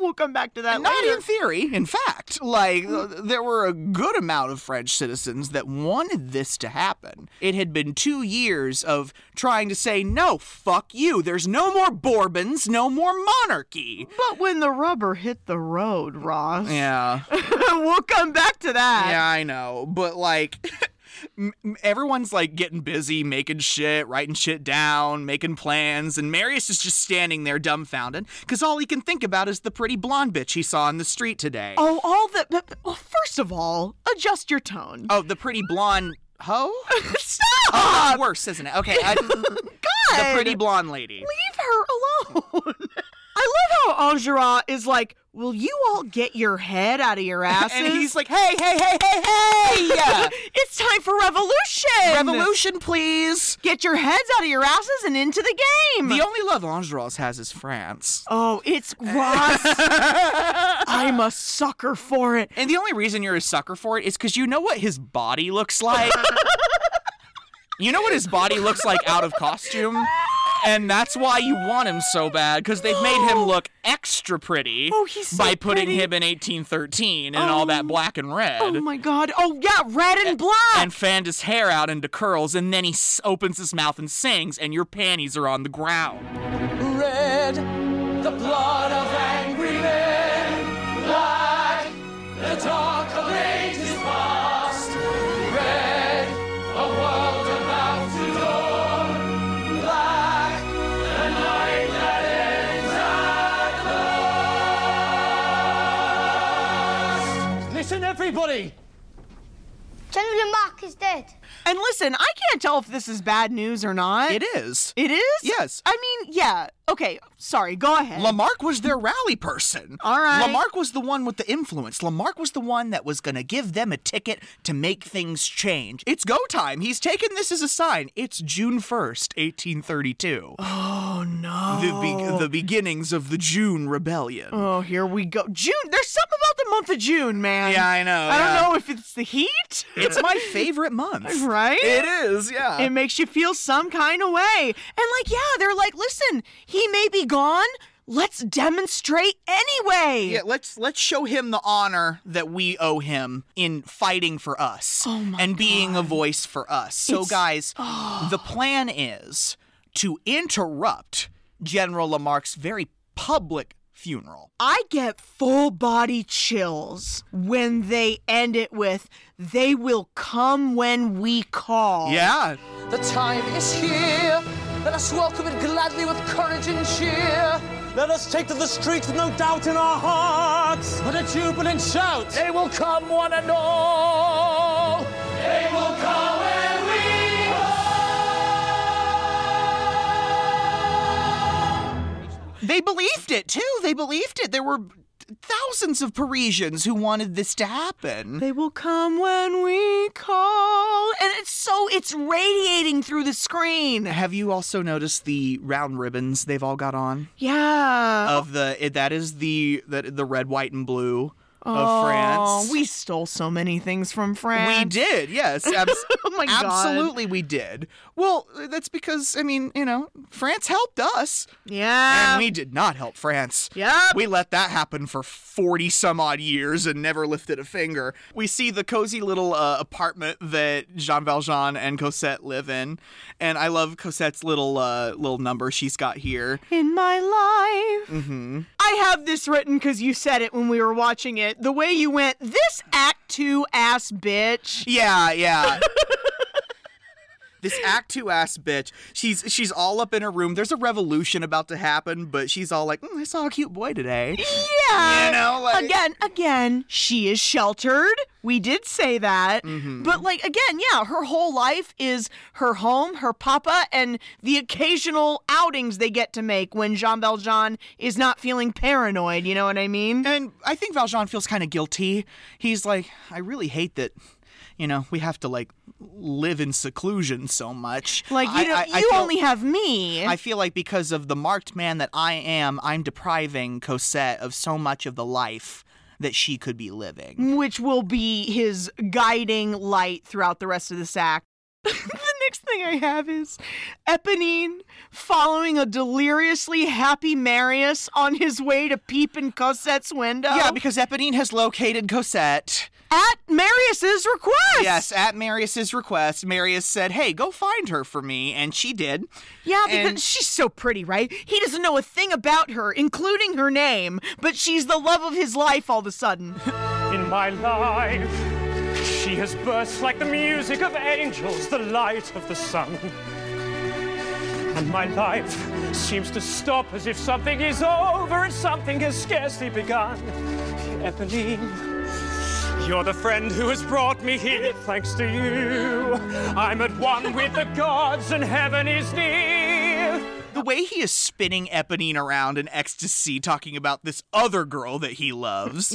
Speaker 2: We'll come back to that
Speaker 1: not
Speaker 2: later. Hmm.
Speaker 1: in theory, in fact. Like, th- there were a good amount of French citizens that wanted this to happen. It had been two years of trying to say, no, fuck you, there's no more Bourbons, no more monarchy.
Speaker 2: but when the rubber hit the road, Ross,
Speaker 1: Yeah.
Speaker 2: we'll come back to that.
Speaker 1: Yeah, I know, but like. m- m- Everyone's like getting busy, making shit, writing shit down, making plans, and Marius is just standing there dumbfounded because all he can think about is the pretty blonde bitch he saw in the street today.
Speaker 2: Oh, all the. but- but- Well, first of all, adjust your tone.
Speaker 1: Oh, the pretty blonde hoe?
Speaker 2: Stop!
Speaker 1: Oh, that's worse, isn't it? Okay. I, The pretty blonde lady.
Speaker 2: Leave her alone. I love how Angera is like, "Will you all get your head out of your asses?"
Speaker 1: And he's like, hey, hey, hey, hey, hey! Yeah.
Speaker 2: "It's time for revolution.
Speaker 1: Revolution, please.
Speaker 2: Get your heads out of your asses and into the game."
Speaker 1: The only love Angeros has is France. Eh.
Speaker 2: oh, it's gross. I'm a sucker for it.
Speaker 1: And the only reason you're a sucker for it is because you know what his body looks like. you know what his body looks like out of costume. And that's why you want him so bad, because they've made him look extra pretty
Speaker 2: Oh, he's so
Speaker 1: by putting
Speaker 2: pretty.
Speaker 1: him in 1813 and all that black and red.
Speaker 2: Oh my god. Oh yeah, red and black.
Speaker 1: and fanned his hair out into curls, and then he s- opens his mouth and sings, and your panties are on the ground.
Speaker 4: Red, the blood of angry men. Black, the dark of ages past. Red, a world about to dawn. Black, the night that ends at last. Listen, everybody.
Speaker 5: General Lamarck is dead.
Speaker 2: And listen, I can't tell if this is bad news or not.
Speaker 1: It is.
Speaker 2: It is?
Speaker 1: Yes.
Speaker 2: I mean, yeah. Okay, sorry. Go ahead.
Speaker 1: Lamarck was their rally person.
Speaker 2: All right.
Speaker 1: Lamarck was the one with the influence. Lamarck was the one that was going to give them a ticket to make things change. It's go time. He's taken this as a sign. It's June 1st, 1832. Oh, no. The, be- the beginnings of the June Rebellion.
Speaker 2: Oh, here we go. June. There's something about the month of June, man.
Speaker 1: Yeah, I know,
Speaker 2: I don't
Speaker 1: yeah.
Speaker 2: know if it's the heat.
Speaker 1: It's my favorite month.
Speaker 2: Right?
Speaker 1: It is, yeah.
Speaker 2: It makes you feel some kind of way. And like, yeah, they're like, listen, he may be gone. Let's demonstrate anyway.
Speaker 1: Yeah, let's let's show him the honor that we owe him in fighting for us
Speaker 2: Oh
Speaker 1: and being a voice for us. So guys,
Speaker 2: Oh.
Speaker 1: the plan is to interrupt General Lamarck's very public funeral.
Speaker 2: I get full body chills when they end it with, they will come when we call.
Speaker 1: Yeah.
Speaker 4: The time is here. Let us welcome it gladly with courage and cheer. Let us take to the streets with no doubt in our hearts. With a jubilant shout. They will come one and all. They will come and we
Speaker 1: They believed it too. They believed it. There were thousands of Parisians who wanted this to happen.
Speaker 2: They will come when we call. And it's so, it's radiating through the screen.
Speaker 1: Have you also noticed the round ribbons they've all got on?
Speaker 2: Yeah.
Speaker 1: of the it, that is the that the red white and blue of France.
Speaker 2: Oh, we stole so many things from
Speaker 1: we
Speaker 2: France.
Speaker 1: did, yes, abs-
Speaker 2: Oh my God.
Speaker 1: absolutely, we did. Well, that's because I mean, you know, France helped us,
Speaker 2: Yeah.
Speaker 1: and we did not help France.
Speaker 2: Uh, Yep.
Speaker 1: We let that happen for 40 some odd years and never lifted a finger. We see the cozy little uh, apartment that Jean Valjean and Cosette live in. And I love Cosette's little uh, little number she's got here. Mm-hmm.
Speaker 2: in my life. I have this written because you said it when we were watching it. The way you went, this act Act Two ass bitch.
Speaker 1: Yeah, yeah. this act two ass bitch. She's she's all up in her room. There's a revolution about to happen, but she's all like, mm, "I saw a cute boy today."
Speaker 2: Yeah.
Speaker 1: You know, like-
Speaker 2: again, again, she is sheltered. We did say that.
Speaker 1: Mm-hmm.
Speaker 2: But like again, yeah, her whole life is her home, her papa, and the occasional outings they get to make when Jean Valjean is not feeling paranoid, you know what I mean?
Speaker 1: And I think Valjean feels kind of guilty. He's like, "I really hate that." You know, we have to like live in seclusion so much.
Speaker 2: Like
Speaker 1: I-
Speaker 2: you know,
Speaker 1: I- I
Speaker 2: you
Speaker 1: feel-
Speaker 2: only have me.
Speaker 1: I feel like because of the marked man that I am, I'm depriving Cosette of so much of the life that she could be living.
Speaker 2: which will be his guiding light throughout the rest of this act. the next thing I have is Eponine following a deliriously happy Marius on his way to peep in Cosette's window.
Speaker 1: Yeah, because Eponine has located Cosette.
Speaker 2: at Marius's request.
Speaker 1: Yes, at Marius's request, Marius said, "Hey, go find her for me," and she did.
Speaker 2: Yeah, because
Speaker 1: And-
Speaker 2: she's so pretty, right? He doesn't know a thing about her, including her name, but she's the love of his life all of a sudden.
Speaker 4: In my life, she has burst like the music of angels, the light of the sun. And my life seems to stop as if something is over and something has scarcely begun. Eponine, you're the friend who has brought me here. Thanks to you, I'm at one with the gods and heaven is near.
Speaker 1: The way he is spinning Eponine around in ecstasy, talking about this other girl that he loves.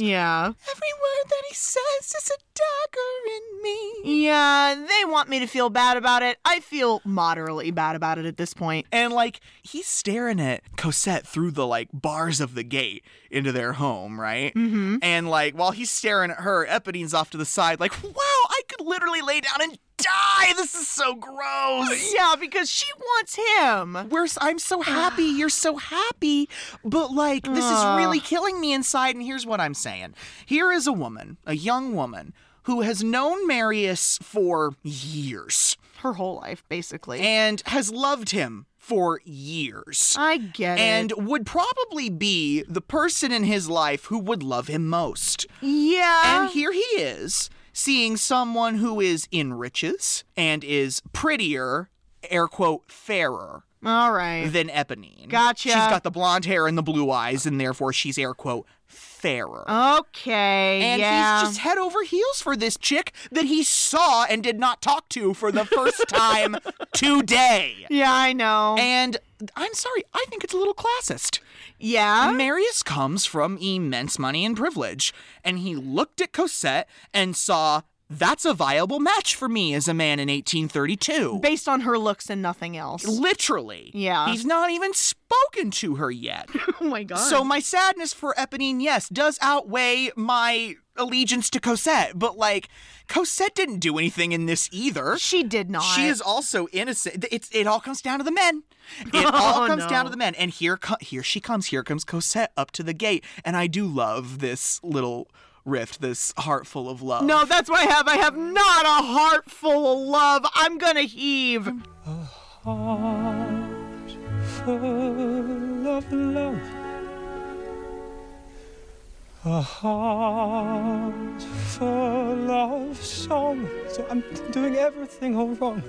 Speaker 2: yeah.
Speaker 1: Every word that he says is a dagger in me.
Speaker 2: Yeah, they want me to feel bad about it. I feel moderately bad about it at this point.
Speaker 1: And like he's staring at Cosette through the like bars of the gate into their home, right? Mm-hmm. And like while he's staring at her, Eponine's off to the side, like, "Wow, I could literally lay down and die. This is so gross."
Speaker 2: Yeah, because she wants him.
Speaker 1: We're, s- I'm so happy. You're so happy. But, like, this is really killing me inside. And here's what I'm saying here is a woman, a young woman, who has known Marius for years
Speaker 2: Her whole life, basically.
Speaker 1: and has loved him for years.
Speaker 2: I get
Speaker 1: and
Speaker 2: it.
Speaker 1: would probably be the person in his life who would love him most.
Speaker 2: Yeah.
Speaker 1: And here he is, seeing someone who is in riches and is prettier, air quote, fairer
Speaker 2: All right.
Speaker 1: than Eponine.
Speaker 2: Gotcha.
Speaker 1: She's got the blonde hair and the blue eyes, and therefore she's air quote fairer.
Speaker 2: okay.
Speaker 1: and
Speaker 2: yeah.
Speaker 1: he's just head over heels for this chick that he saw and did not talk to for the first time today.
Speaker 2: yeah, I know.
Speaker 1: And I'm sorry, I think it's a little classist.
Speaker 2: yeah.
Speaker 1: Marius comes from immense money and privilege, and he looked at Cosette and saw that's a viable match for me as a man in 1832.
Speaker 2: Based on her looks and nothing else.
Speaker 1: Literally.
Speaker 2: Yeah.
Speaker 1: He's not even spoken to her yet.
Speaker 2: Oh my god.
Speaker 1: So my sadness for Eponine, yes, does outweigh my allegiance to Cosette. But like, Cosette didn't do anything in this either.
Speaker 2: she did not.
Speaker 1: She is also innocent. It's it all comes down to the men. It all
Speaker 2: Oh,
Speaker 1: comes down
Speaker 2: no.
Speaker 1: to the men. And here co- here she comes. Here comes Cosette up to the gate. And I do love this little rift, this heart full of love.
Speaker 2: No, that's what I have. I have not a heart full of love. I'm gonna heave.
Speaker 4: full of love. A heart full of song. So I'm doing everything all wrong.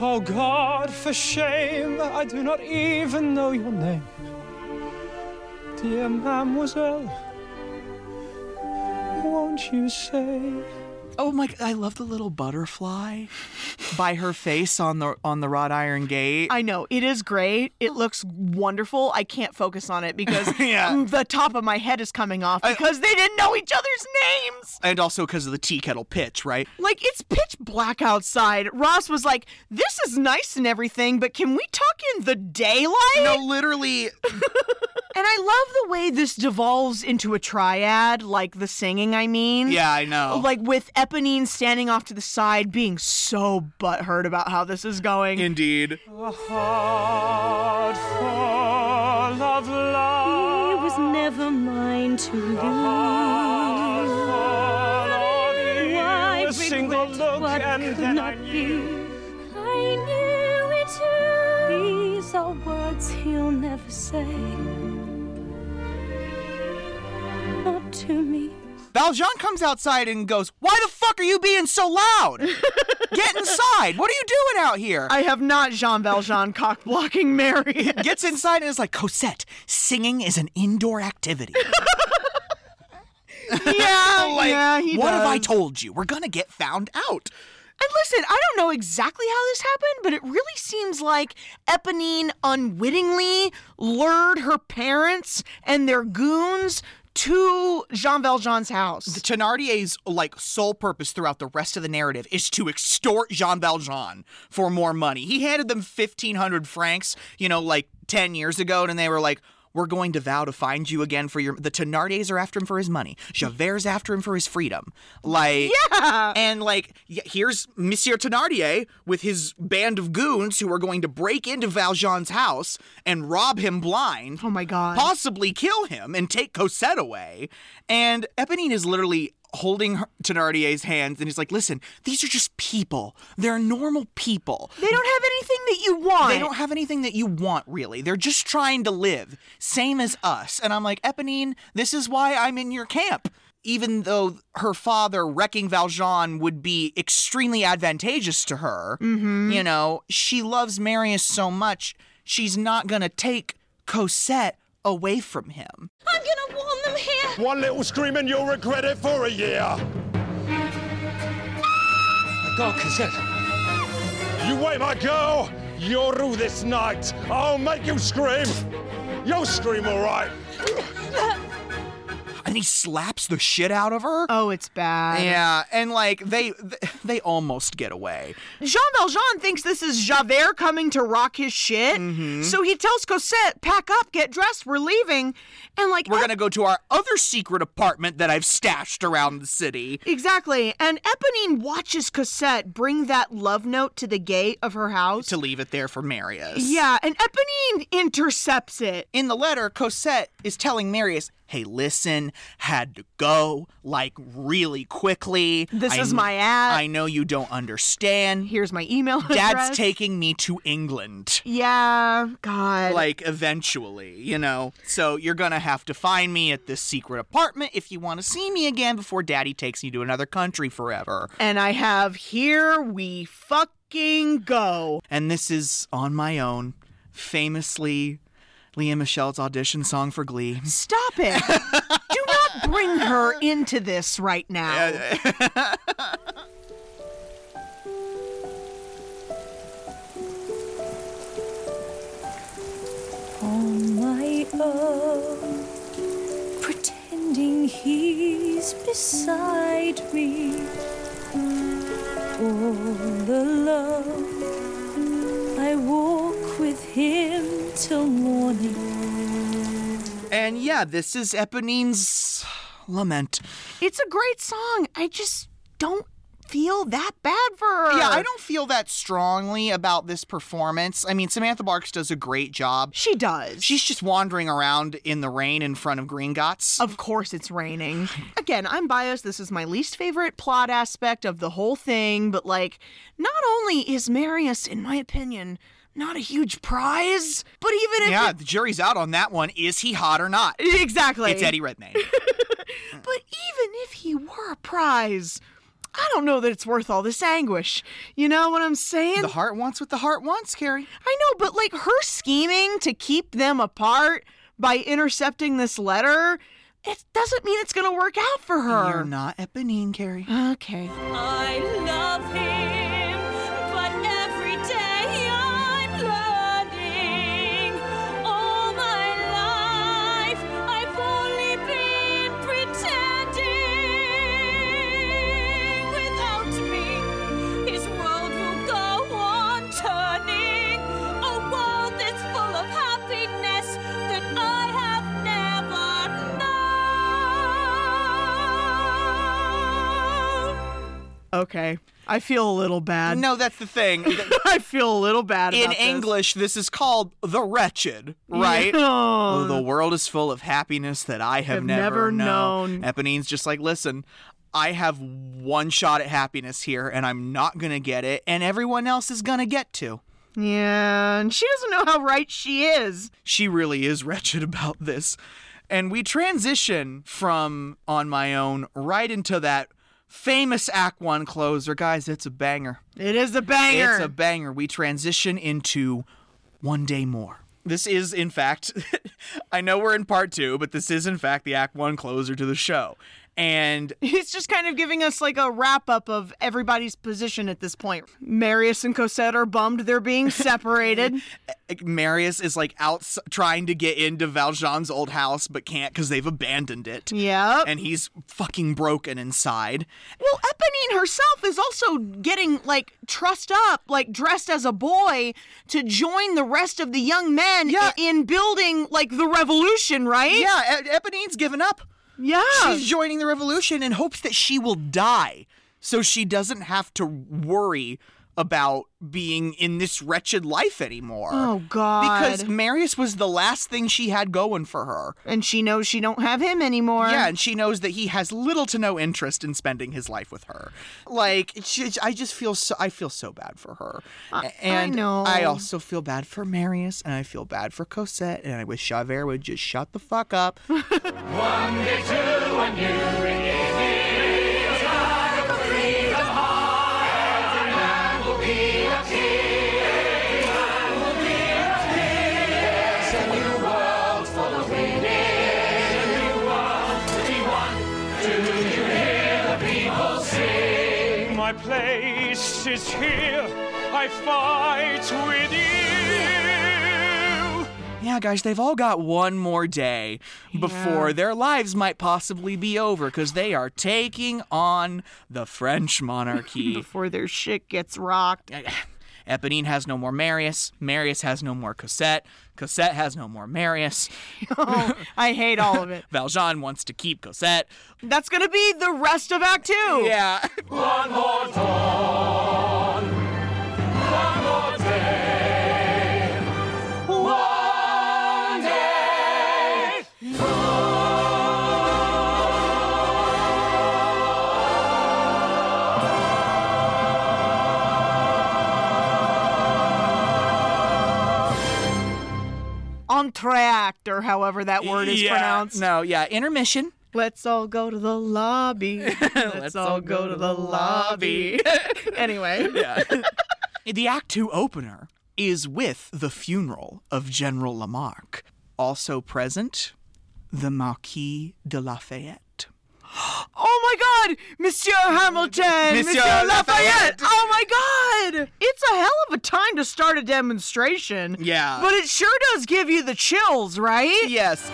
Speaker 4: Oh God, for shame, I do not even know your name. Dear Mademoiselle, won't you say?
Speaker 1: Oh my! I love the little butterfly by her face on the on the wrought iron gate.
Speaker 2: I know it is great. It looks wonderful. I can't focus on it because um,
Speaker 1: Yeah.
Speaker 2: the top of my head is coming off because they didn't know each other's names.
Speaker 1: and also because of the tea kettle pitch, right?
Speaker 2: Like it's pitch black outside. Ross was like, "This is nice and everything, but can we talk in the daylight?"
Speaker 1: No, literally,
Speaker 2: And I love the way this devolves into a triad, like the singing. I mean,
Speaker 1: yeah, I know.
Speaker 2: Like with Eponine standing off to the side, being so butthurt about how this is going.
Speaker 1: Indeed.
Speaker 4: A heart full of love.
Speaker 7: It was never mine to lose. Why
Speaker 4: A single
Speaker 7: regret
Speaker 4: look
Speaker 7: what
Speaker 4: and
Speaker 7: could
Speaker 4: then I
Speaker 7: not
Speaker 4: knew.
Speaker 7: be? I knew it too. These are words he'll never say. Not to me.
Speaker 1: Valjean comes outside and goes, Why the fuck are you being so loud? Get inside. What are you doing out here?
Speaker 2: I have not Jean Valjean cock blocking Mary.
Speaker 1: Gets inside and is like, Cosette, singing is an indoor activity.
Speaker 2: yeah,
Speaker 1: Like,
Speaker 2: yeah, he
Speaker 1: what have I
Speaker 2: does.
Speaker 1: told you? We're gonna get found out.
Speaker 2: And listen, I don't know exactly how this happened, but it really seems like Eponine unwittingly lured her parents and their goons to Jean Valjean's house.
Speaker 1: Thenardier's like sole purpose throughout the rest of the narrative is to extort Jean Valjean for more money. He handed them 1500 francs, you know, like 10 years ago and they were like we're going to vow to find you again for your the Thenardiers are after him for his money. Javert's after him for his freedom. Like Yeah. And like y- here's Monsieur Thenardier with his band of goons who are going to break into Valjean's house and rob him blind
Speaker 2: Oh my god.
Speaker 1: possibly kill him and take Cosette away. And Eponine is literally holding her- Thenardier's hands and he's like, listen, these are just people. They're normal people.
Speaker 2: they don't have anything that you want.
Speaker 1: They don't have anything that you want, really. They're just trying to live, same as us. And I'm like, Eponine, this is why I'm in your camp. Even though her father wrecking Valjean would be extremely advantageous to her,
Speaker 2: Mm-hmm.
Speaker 1: you know, she loves Marius so much, she's not going to take Cosette away from him.
Speaker 6: I'm gonna warn them here.
Speaker 3: One little scream and you'll regret it for a year.
Speaker 4: God, Cosette.
Speaker 3: You wait, my girl. You're through this night. I'll make you scream. You'll scream, all right.
Speaker 1: And he slaps the shit out of her.
Speaker 2: Oh, it's bad.
Speaker 1: yeah, and like they they almost get away.
Speaker 2: Jean Valjean thinks this is Javert coming to rock his shit.
Speaker 1: Mm-hmm.
Speaker 2: So he tells Cosette, pack up, get dressed, we're leaving. And like
Speaker 1: We're
Speaker 2: Ep-
Speaker 1: going to go to our other secret apartment that I've stashed around the city.
Speaker 2: Exactly. And Eponine watches Cosette bring that love note to the gate of her house.
Speaker 1: to leave it there for Marius.
Speaker 2: yeah, and Eponine intercepts it.
Speaker 1: In the letter, Cosette is telling Marius, hey, listen, had to go, like, really quickly.
Speaker 2: This
Speaker 1: I
Speaker 2: is
Speaker 1: kn-
Speaker 2: my ad."
Speaker 1: I know you don't understand.
Speaker 2: Here's my email address.
Speaker 1: Dad's taking me to England.
Speaker 2: Yeah, Ah, God.
Speaker 1: Like, eventually, you know? So you're gonna have to find me at this secret apartment if you wanna see me again before daddy takes you to another country forever.
Speaker 2: and I have here we fucking go.
Speaker 1: And this is on my own, famously. Leah Michelle's audition song for Glee.
Speaker 2: Stop it. Do not bring her into this right now.
Speaker 6: on my own, pretending he's beside me. All alone, I walk with him till morning.
Speaker 1: And yeah, this is Eponine's lament.
Speaker 2: It's a great song. I just don't feel that bad for her.
Speaker 1: Yeah, I don't feel that strongly about this performance. I mean, Samantha Barks does a great job.
Speaker 2: She does.
Speaker 1: She's just wandering around in the rain in front of Gringotts.
Speaker 2: Of course, it's raining. Again, I'm biased. This is my least favorite plot aspect of the whole thing, but like, not only is Marius, in my opinion, not a huge prize, but even if.
Speaker 1: yeah,
Speaker 2: it-
Speaker 1: the jury's out on that one. Is he hot or not?
Speaker 2: exactly.
Speaker 1: It's Eddie Redmayne.
Speaker 2: But even if he were a prize, I don't know that it's worth all this anguish. You know what I'm saying?
Speaker 1: the heart wants what the heart wants, Carrie.
Speaker 2: I know, but like her scheming to keep them apart by intercepting this letter, it doesn't mean it's going to work out for her.
Speaker 1: You're not Eponine, Carrie.
Speaker 2: Okay.
Speaker 7: I love him, but every day I'm learning. All my life I've only been pretending. Without me, his world will go on turning. A world that's full of happiness that I have never known.
Speaker 2: Okay. I feel a little bad.
Speaker 1: No, that's the thing.
Speaker 2: I feel a little bad
Speaker 1: in
Speaker 2: about this.
Speaker 1: English, this is called the wretched, right?
Speaker 2: Oh,
Speaker 1: the world is full of happiness that I have,
Speaker 2: Have never
Speaker 1: never, known.
Speaker 2: known.
Speaker 1: Eponine's just like, listen, I have one shot at happiness here, and I'm not gonna get it, and everyone else is gonna get to.
Speaker 2: yeah, and she doesn't know how right she is.
Speaker 1: She really is wretched about this. And we transition from On My Own right into that famous Act One closer. Guys, it's a banger.
Speaker 2: It is a banger.
Speaker 1: It's a banger. We transition into One Day More. This is, in fact, I know we're in part two, but this is, in fact, the Act One closer to the show. And
Speaker 2: He's just kind of giving us like a wrap up of everybody's position at this point. Marius and Cosette are bummed they're being separated.
Speaker 1: Eh, like, Marius is like out trying to get into Valjean's old house, but can't because they've abandoned it.
Speaker 2: yep.
Speaker 1: And he's fucking broken inside.
Speaker 2: well, Eponine herself is also getting like trussed up, like dressed as a boy to join the rest of the young men
Speaker 1: Yeah.
Speaker 2: in building like the revolution, right?
Speaker 1: Yeah, E- Eponine's given up.
Speaker 2: Yeah.
Speaker 1: She's joining the revolution in hopes that she will die so she doesn't have to worry about being in this wretched life anymore.
Speaker 2: oh God.
Speaker 1: Because Marius was the last thing she had going for her.
Speaker 2: and she knows she don't have him anymore.
Speaker 1: Yeah, and she knows that he has little to no interest in spending his life with her. Like, she, I just feel so. I feel so bad for her, and
Speaker 2: know.
Speaker 1: I also feel bad for Marius, and I feel bad for Cosette, and I wish Javert would just shut the fuck up.
Speaker 3: My place is here. I fight with you.
Speaker 1: Yeah, guys, they've all got one more day before their lives might possibly be over because they are taking on the French monarchy. Eh,
Speaker 2: Before their shit gets rocked.
Speaker 1: Eponine has no more Marius. Marius has no more Cosette. Cosette has no more Marius.
Speaker 2: Oh, I hate all of it.
Speaker 1: Valjean wants to keep Cosette.
Speaker 2: That's gonna be the rest of Act Two.
Speaker 1: Yeah.
Speaker 2: entr'acte or however that word is
Speaker 1: Yeah.
Speaker 2: pronounced.
Speaker 1: No, yeah. Intermission.
Speaker 2: Let's all go to the lobby. Let's, all go to the lobby. anyway,
Speaker 1: Yeah. the Act Two opener is with the funeral of General Lamarck. Also present, the Marquis de Lafayette.
Speaker 2: oh my God, Monsieur Hamilton,
Speaker 1: Monsieur Lafayette.
Speaker 2: Lafayette. Oh my God, it's a hell of a time to start a demonstration.
Speaker 1: Yeah.
Speaker 2: but it sure does give you the chills, right?
Speaker 1: Yes.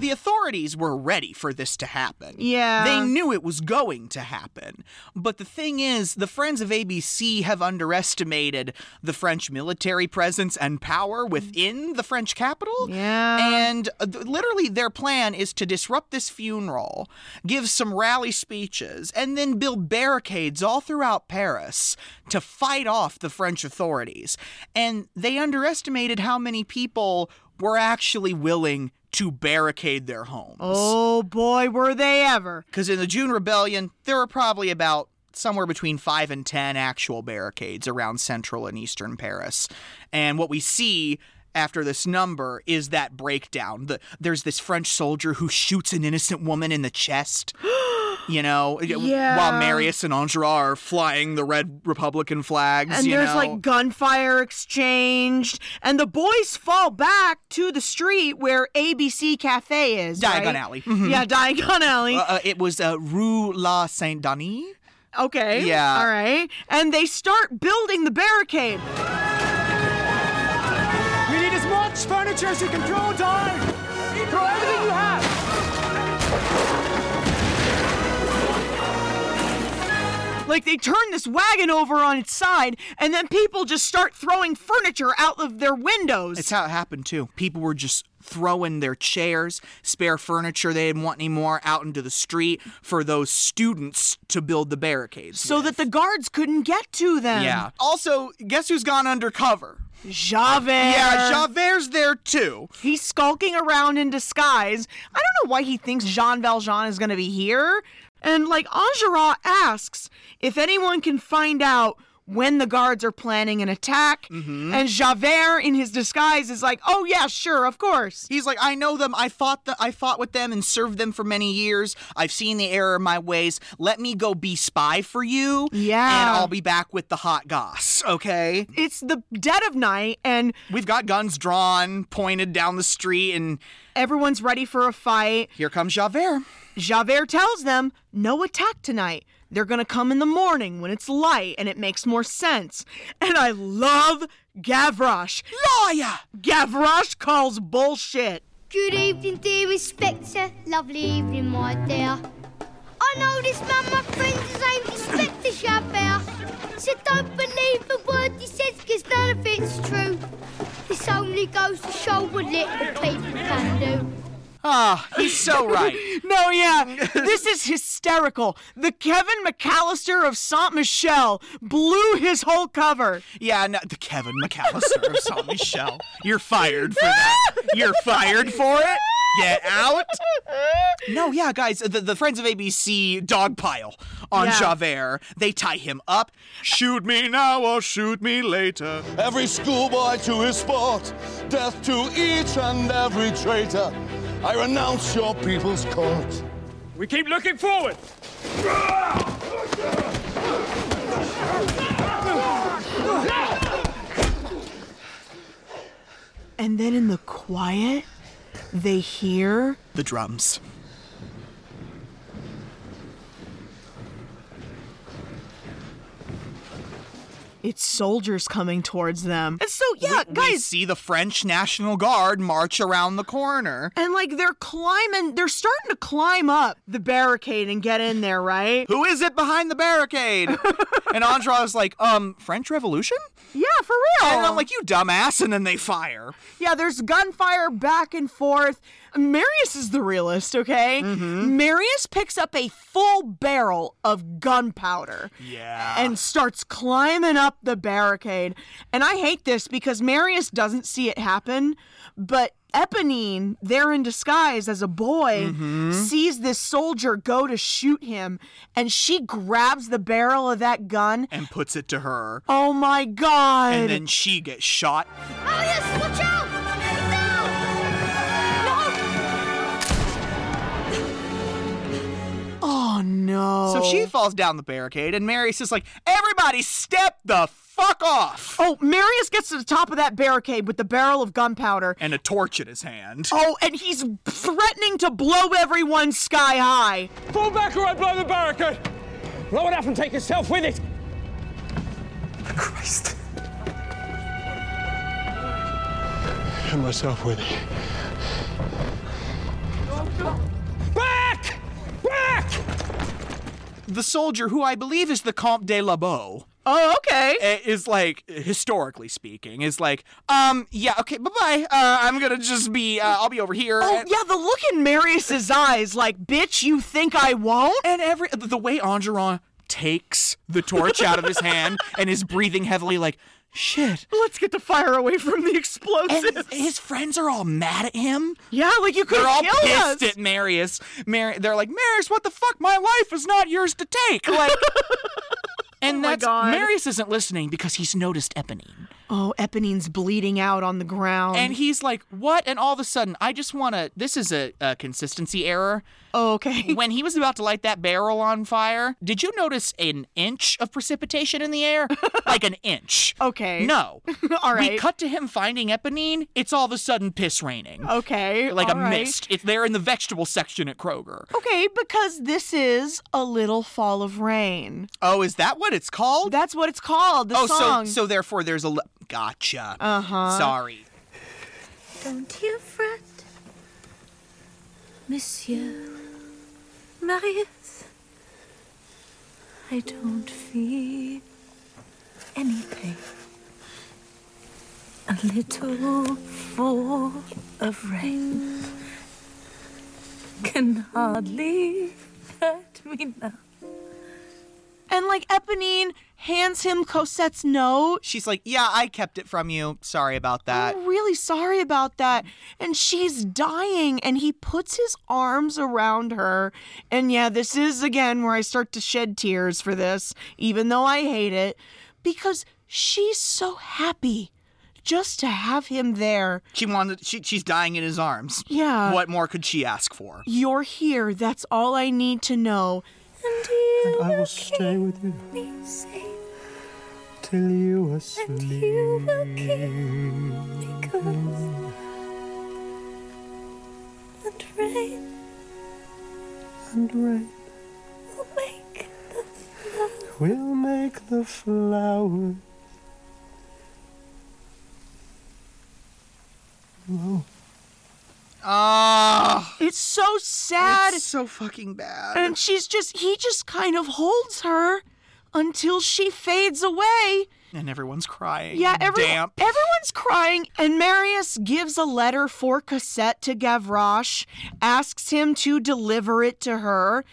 Speaker 1: The authorities were ready for this to happen.
Speaker 2: Yeah.
Speaker 1: They knew it was going to happen. But the thing is, the Friends of ABC have underestimated the French military presence and power within the French capital.
Speaker 2: Yeah.
Speaker 1: And uh, th- literally, their plan is to disrupt this funeral, give some rally speeches, and then build barricades all throughout Paris to fight off the French authorities. And they underestimated how many people were actually willing to barricade their homes.
Speaker 2: Oh boy, were they ever!
Speaker 1: Because in the June Rebellion, there were probably about somewhere between five and ten actual barricades around central and eastern Paris. And what we see after this number is that breakdown. The, there's this French soldier who shoots an innocent woman in the chest. You know, while Marius and Enjolras are flying the red Republican flags.
Speaker 2: And
Speaker 1: you
Speaker 2: there's
Speaker 1: know.
Speaker 2: like gunfire exchanged, and the boys fall back to the street where ABC Cafe is.
Speaker 1: Diagon
Speaker 2: right?
Speaker 1: Alley. Mhm.
Speaker 2: Yeah, Diagon Alley.
Speaker 1: Uh, uh, it was uh, Rue La Saint Denis.
Speaker 2: okay.
Speaker 1: yeah.
Speaker 2: All right. And they start building the barricade.
Speaker 4: We need as much furniture as you can throw down. Throw everything you have.
Speaker 2: Like they turn this wagon over on its side, and then people just start throwing furniture out of their windows.
Speaker 1: It's how it happened too. People were just throwing their chairs, spare furniture they didn't want anymore, out into the street for those students to build the barricades.
Speaker 2: so that the guards couldn't get to them.
Speaker 1: yeah. Also, guess who's gone undercover?
Speaker 2: Javert.
Speaker 1: Yeah, Javert's there too.
Speaker 2: He's skulking around in disguise. I don't know why he thinks Jean Valjean is going to be here. And like Enjolras asks if anyone can find out when the guards are planning an attack.
Speaker 1: Mm-hmm.
Speaker 2: And Javert in his disguise is like, oh, yeah, sure, of course.
Speaker 1: He's like, I know them. I fought the, I fought with them and served them for many years. I've seen the error of my ways. Let me go be spy for you.
Speaker 2: Yeah.
Speaker 1: And I'll be back with the hot goss. Okay.
Speaker 2: It's the dead of night, and
Speaker 1: We've got guns drawn, pointed down the street, and
Speaker 2: everyone's ready for a fight.
Speaker 1: here comes Javert.
Speaker 2: Javert tells them no attack tonight. They're going to come in the morning when it's light and it makes more sense. And I love Gavroche.
Speaker 1: Liar!
Speaker 2: Gavroche calls bullshit.
Speaker 5: Good evening, dear Inspector. Lovely evening, my dear. I know this man, my friend, his name is Inspector Javert. So don't believe a word he says, because none of it's true. This only goes to show what little people can do.
Speaker 1: Ah, he's so right.
Speaker 2: No, yeah, this is hysterical. The Kevin McAllister of Saint Michel blew his whole cover.
Speaker 1: Yeah, no, the Kevin McAllister of Saint Michel. You're fired for that. You're fired for it. Get out. No, yeah, guys, the, the friends of ABC dogpile on
Speaker 2: Yeah.
Speaker 1: Javert. They tie him up. Shoot me now or shoot me later.
Speaker 8: Every schoolboy to his sport, death to each and every traitor. I renounce your people's court.
Speaker 4: We keep looking forward.
Speaker 2: And then in the quiet, they hear
Speaker 1: The drums.
Speaker 2: it's soldiers coming towards them. And so, yeah,
Speaker 1: We
Speaker 2: guys,
Speaker 1: see the French National Guard march around the corner.
Speaker 2: and like they're climbing, they're starting to climb up the barricade and get in there, right?
Speaker 1: Who is it behind the barricade? and Andra is like, um, French Revolution?
Speaker 2: Yeah, for real.
Speaker 1: And I'm like, you dumbass. And then they fire.
Speaker 2: Yeah, there's gunfire back and forth. Marius is the realist, okay?
Speaker 1: Mm-hmm.
Speaker 2: Marius picks up a full barrel of gunpowder
Speaker 1: Yeah.
Speaker 2: and starts climbing up the barricade. And I hate this because Marius doesn't see it happen, but Eponine, there in disguise as a boy,
Speaker 1: Mm-hmm.
Speaker 2: sees this soldier go to shoot him, and she grabs the barrel of that gun.
Speaker 1: and puts it to her.
Speaker 2: Oh my god!
Speaker 1: And then she gets shot.
Speaker 5: Marius, watch out! He's down!
Speaker 2: oh no.
Speaker 1: So she falls down the barricade, and Mary's just like, everybody step the fuck off!
Speaker 2: Oh, Marius gets to the top of that barricade with the barrel of gunpowder.
Speaker 1: And a torch in his hand.
Speaker 2: Oh, and he's threatening to blow everyone sky high.
Speaker 4: Fall back or I blow the barricade. Blow it up and take yourself with it. Christ.
Speaker 3: And myself with it.
Speaker 4: Back! Back!
Speaker 1: The soldier, who I believe is the Comte de la Beau,
Speaker 2: Oh, okay.
Speaker 1: i- is like, historically speaking, is like, um, yeah, okay, bye bye. Uh, I'm gonna just be, uh, I'll be over here.
Speaker 2: Oh,
Speaker 1: and-
Speaker 2: yeah, the look in Marius's eyes, like, bitch, you think I won't?
Speaker 1: And every the way Angeron takes the torch out of his hand and is breathing heavily, like, shit.
Speaker 2: Let's get the fire away from the
Speaker 1: And
Speaker 2: explosives.
Speaker 1: his friends are all mad at him.
Speaker 2: yeah, like you could
Speaker 1: They're all
Speaker 2: kill us.
Speaker 1: pissed at Marius. Mar- they're like, Marius, what the fuck? My life is not yours to take. Like, and
Speaker 2: Oh my
Speaker 1: that's
Speaker 2: God.
Speaker 1: Marius isn't listening because he's noticed Eponine,
Speaker 2: Oh, Eponine's bleeding out on the ground.
Speaker 1: and he's like, what? And all of a sudden, I just want to. This is a, a consistency error.
Speaker 2: oh, okay.
Speaker 1: When he was about to light that barrel on fire, did you notice an inch of precipitation in the air? like an inch.
Speaker 2: Okay.
Speaker 1: No.
Speaker 2: All
Speaker 1: We
Speaker 2: right.
Speaker 1: cut to him finding Eponine. It's all of a sudden piss raining.
Speaker 2: okay.
Speaker 1: Like
Speaker 2: all
Speaker 1: a
Speaker 2: right.
Speaker 1: mist. It's there in the vegetable section at Kroger.
Speaker 2: Okay, because this is a little fall of rain.
Speaker 1: Oh, is that what it's called?
Speaker 2: That's what it's called. The
Speaker 1: oh,
Speaker 2: song. Uh-huh.
Speaker 1: so so therefore there's a le- gotcha. Uh huh. Sorry.
Speaker 6: Don't you fret, Monsieur Marius. I don't feel anything. A
Speaker 9: little fall of rain can hardly hurt me now.
Speaker 2: And like Eponine hands him Cosette's note.
Speaker 1: She's like, Yeah, I kept it from you. Sorry about that.
Speaker 2: I'm Oh, really sorry about that. And she's dying, and he puts his arms around her. And yeah, this is again where I start to shed tears for this, even though I hate it, because she's so happy just to have him there.
Speaker 1: She wanted she, she's dying in his arms.
Speaker 2: Yeah.
Speaker 1: What more could she ask for?
Speaker 2: You're here. That's all I need to know.
Speaker 6: And you
Speaker 10: I will stay with you
Speaker 6: be safe,
Speaker 10: till you
Speaker 6: and
Speaker 10: asleep.
Speaker 6: you will keep me good. And rain
Speaker 10: And rain
Speaker 6: will make the flower
Speaker 10: will make the flower blow.
Speaker 1: Ah,
Speaker 2: It's so sad.
Speaker 1: it's so fucking bad.
Speaker 2: and she's just, he just kind of holds her until she fades away.
Speaker 1: and everyone's crying.
Speaker 2: Yeah, every,
Speaker 1: damp.
Speaker 2: everyone's crying, and Marius gives a letter for Cassette to Gavroche, asks him to deliver it to her.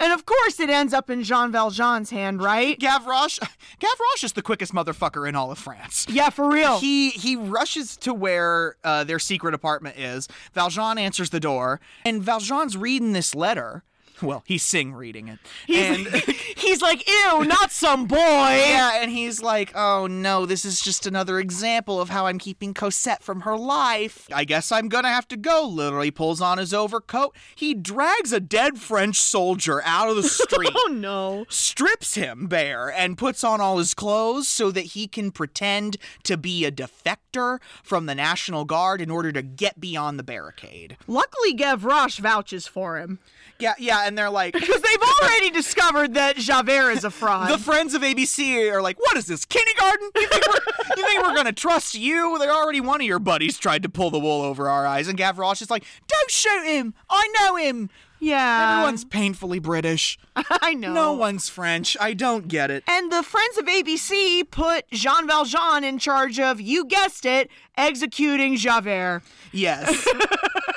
Speaker 2: And of course, it ends up in Jean Valjean's hand, right?
Speaker 1: Gavroche, Gavroche is the quickest motherfucker in all of France.
Speaker 2: Yeah, for real.
Speaker 1: He he rushes to where uh, their secret apartment is. Valjean answers the door, and Valjean's reading this letter. Well, he's sing reading it. and
Speaker 2: He's like, ew, not some boy.
Speaker 1: yeah, and he's like, "Oh no, this is just another example of how I'm keeping Cosette from her life. I guess I'm gonna have to go." Literally pulls on his overcoat. He drags a dead French soldier out of the street.
Speaker 2: Oh no.
Speaker 1: strips him bare and puts on all his clothes so that he can pretend to be a defector from the National Guard in order to get beyond the barricade.
Speaker 2: Luckily, Gavroche vouches for him.
Speaker 1: Yeah, yeah, and they're like,
Speaker 2: Because they've already discovered that Javert is a fraud.
Speaker 1: the friends of ABC are like, what is this, kindergarten? You think we're, you think we're gonna trust you? They're already one of your buddies tried to pull the wool over our eyes, and Gavroche is like, don't shoot him! I know him!
Speaker 2: yeah.
Speaker 1: Everyone's painfully British.
Speaker 2: I know.
Speaker 1: No one's French. I don't get it.
Speaker 2: And the Friends of ABC put Jean Valjean in charge of, you guessed it, executing Javert.
Speaker 1: Yes.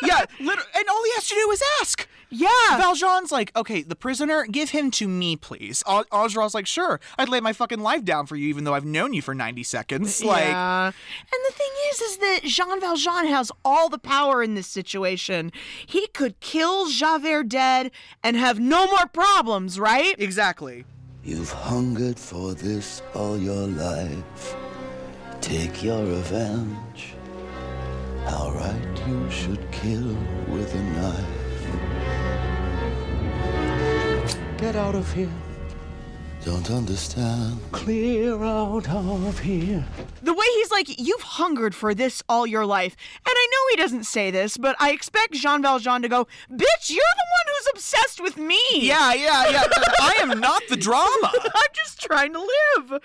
Speaker 1: yeah, liter- and all he has to do is ask.
Speaker 2: Yeah.
Speaker 1: Valjean's like, okay, the prisoner, give him to me, please. Au- Augereau's like, sure, I'd lay my fucking life down for you, even though I've known you for 90 seconds. Like,
Speaker 2: yeah. And the thing is, is that Jean Valjean has all the power in this situation. He could kill Javert dead and have no more problems, right?
Speaker 1: exactly.
Speaker 8: You've hungered for this all your life. Take your revenge. How right you should kill with a knife.
Speaker 10: Get out of here.
Speaker 8: Don't understand.
Speaker 10: Clear out of here.
Speaker 2: The way he's like, you've hungered for this all your life. And I know he doesn't say this, but I expect Jean Valjean to go, bitch, you're the one who's obsessed with me.
Speaker 1: Yeah, yeah, yeah. I am not the drama.
Speaker 2: I'm just trying to live.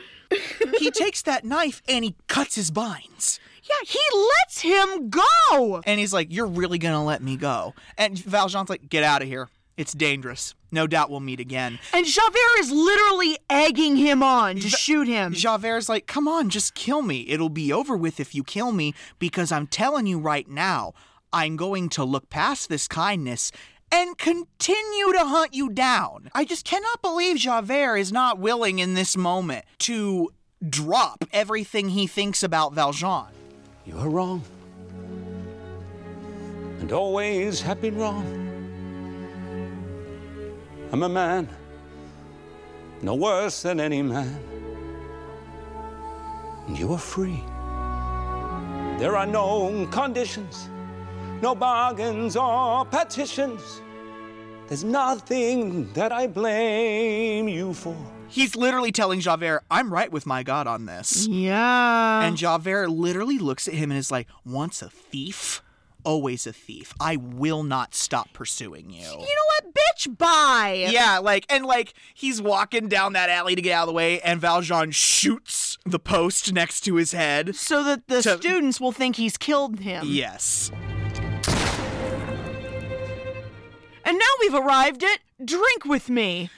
Speaker 1: He takes that knife and he cuts his binds.
Speaker 2: Yeah, he lets him go.
Speaker 1: And he's like, You're really gonna let me go. And Valjean's like, Get out of here. It's dangerous. No doubt we'll meet again.
Speaker 2: And Javert is literally egging him on to shoot him.
Speaker 1: Javert's like, come on, just kill me. It'll be over with if you kill me, because I'm telling you right now, I'm going to look past this kindness and continue to hunt you down. I just cannot believe Javert is not willing in this moment to drop everything he thinks about Valjean.
Speaker 3: You are wrong. And always have been wrong. I'm a man. No worse than any man. And you are free. There are no conditions, no bargains or petitions. There's nothing that I blame you for.
Speaker 1: He's literally telling Javert, I'm right with my God on this.
Speaker 2: Yeah.
Speaker 1: And Javert literally looks at him and is like, once a thief, always a thief. I will not stop pursuing
Speaker 2: you know what, bitch? Bye.
Speaker 1: Yeah, like and like he's walking down that alley to get out of the way, and Valjean shoots the post next to his head.
Speaker 2: So that the
Speaker 1: So-
Speaker 2: students will think he's killed him.
Speaker 1: Yes.
Speaker 2: And now we've arrived at Drink With Me,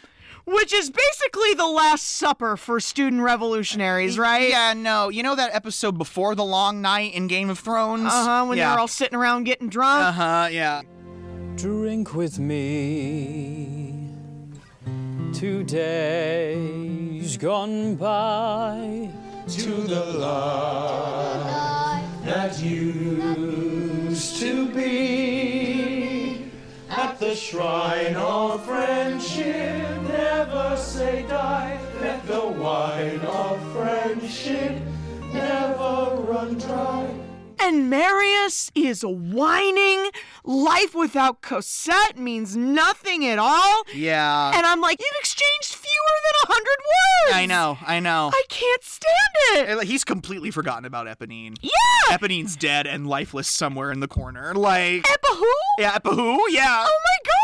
Speaker 2: Which is basically the last supper for student revolutionaries, right?
Speaker 1: Yeah, no. You know that episode before the long night in Game of Thrones?
Speaker 2: Uh huh. When
Speaker 1: yeah.
Speaker 2: they're all sitting around getting drunk.
Speaker 1: Uh huh, yeah.
Speaker 4: Drink with me. Two days gone by.
Speaker 10: That used to be at the shrine of friendship. Never say die. Let the wine of friendship never run dry.
Speaker 2: And Marius is whining. Life without Cosette means nothing at all.
Speaker 1: Yeah.
Speaker 2: And I'm like, you've exchanged fewer than a hundred words.
Speaker 1: Uh. I know, I know.
Speaker 2: I can't stand it.
Speaker 1: And, like, He's completely forgotten about Eponine.
Speaker 2: Yeah.
Speaker 1: Eponine's dead and lifeless somewhere in the corner. Like,
Speaker 2: Epa who?
Speaker 1: yeah, Epa who? Yeah.
Speaker 2: Oh my god.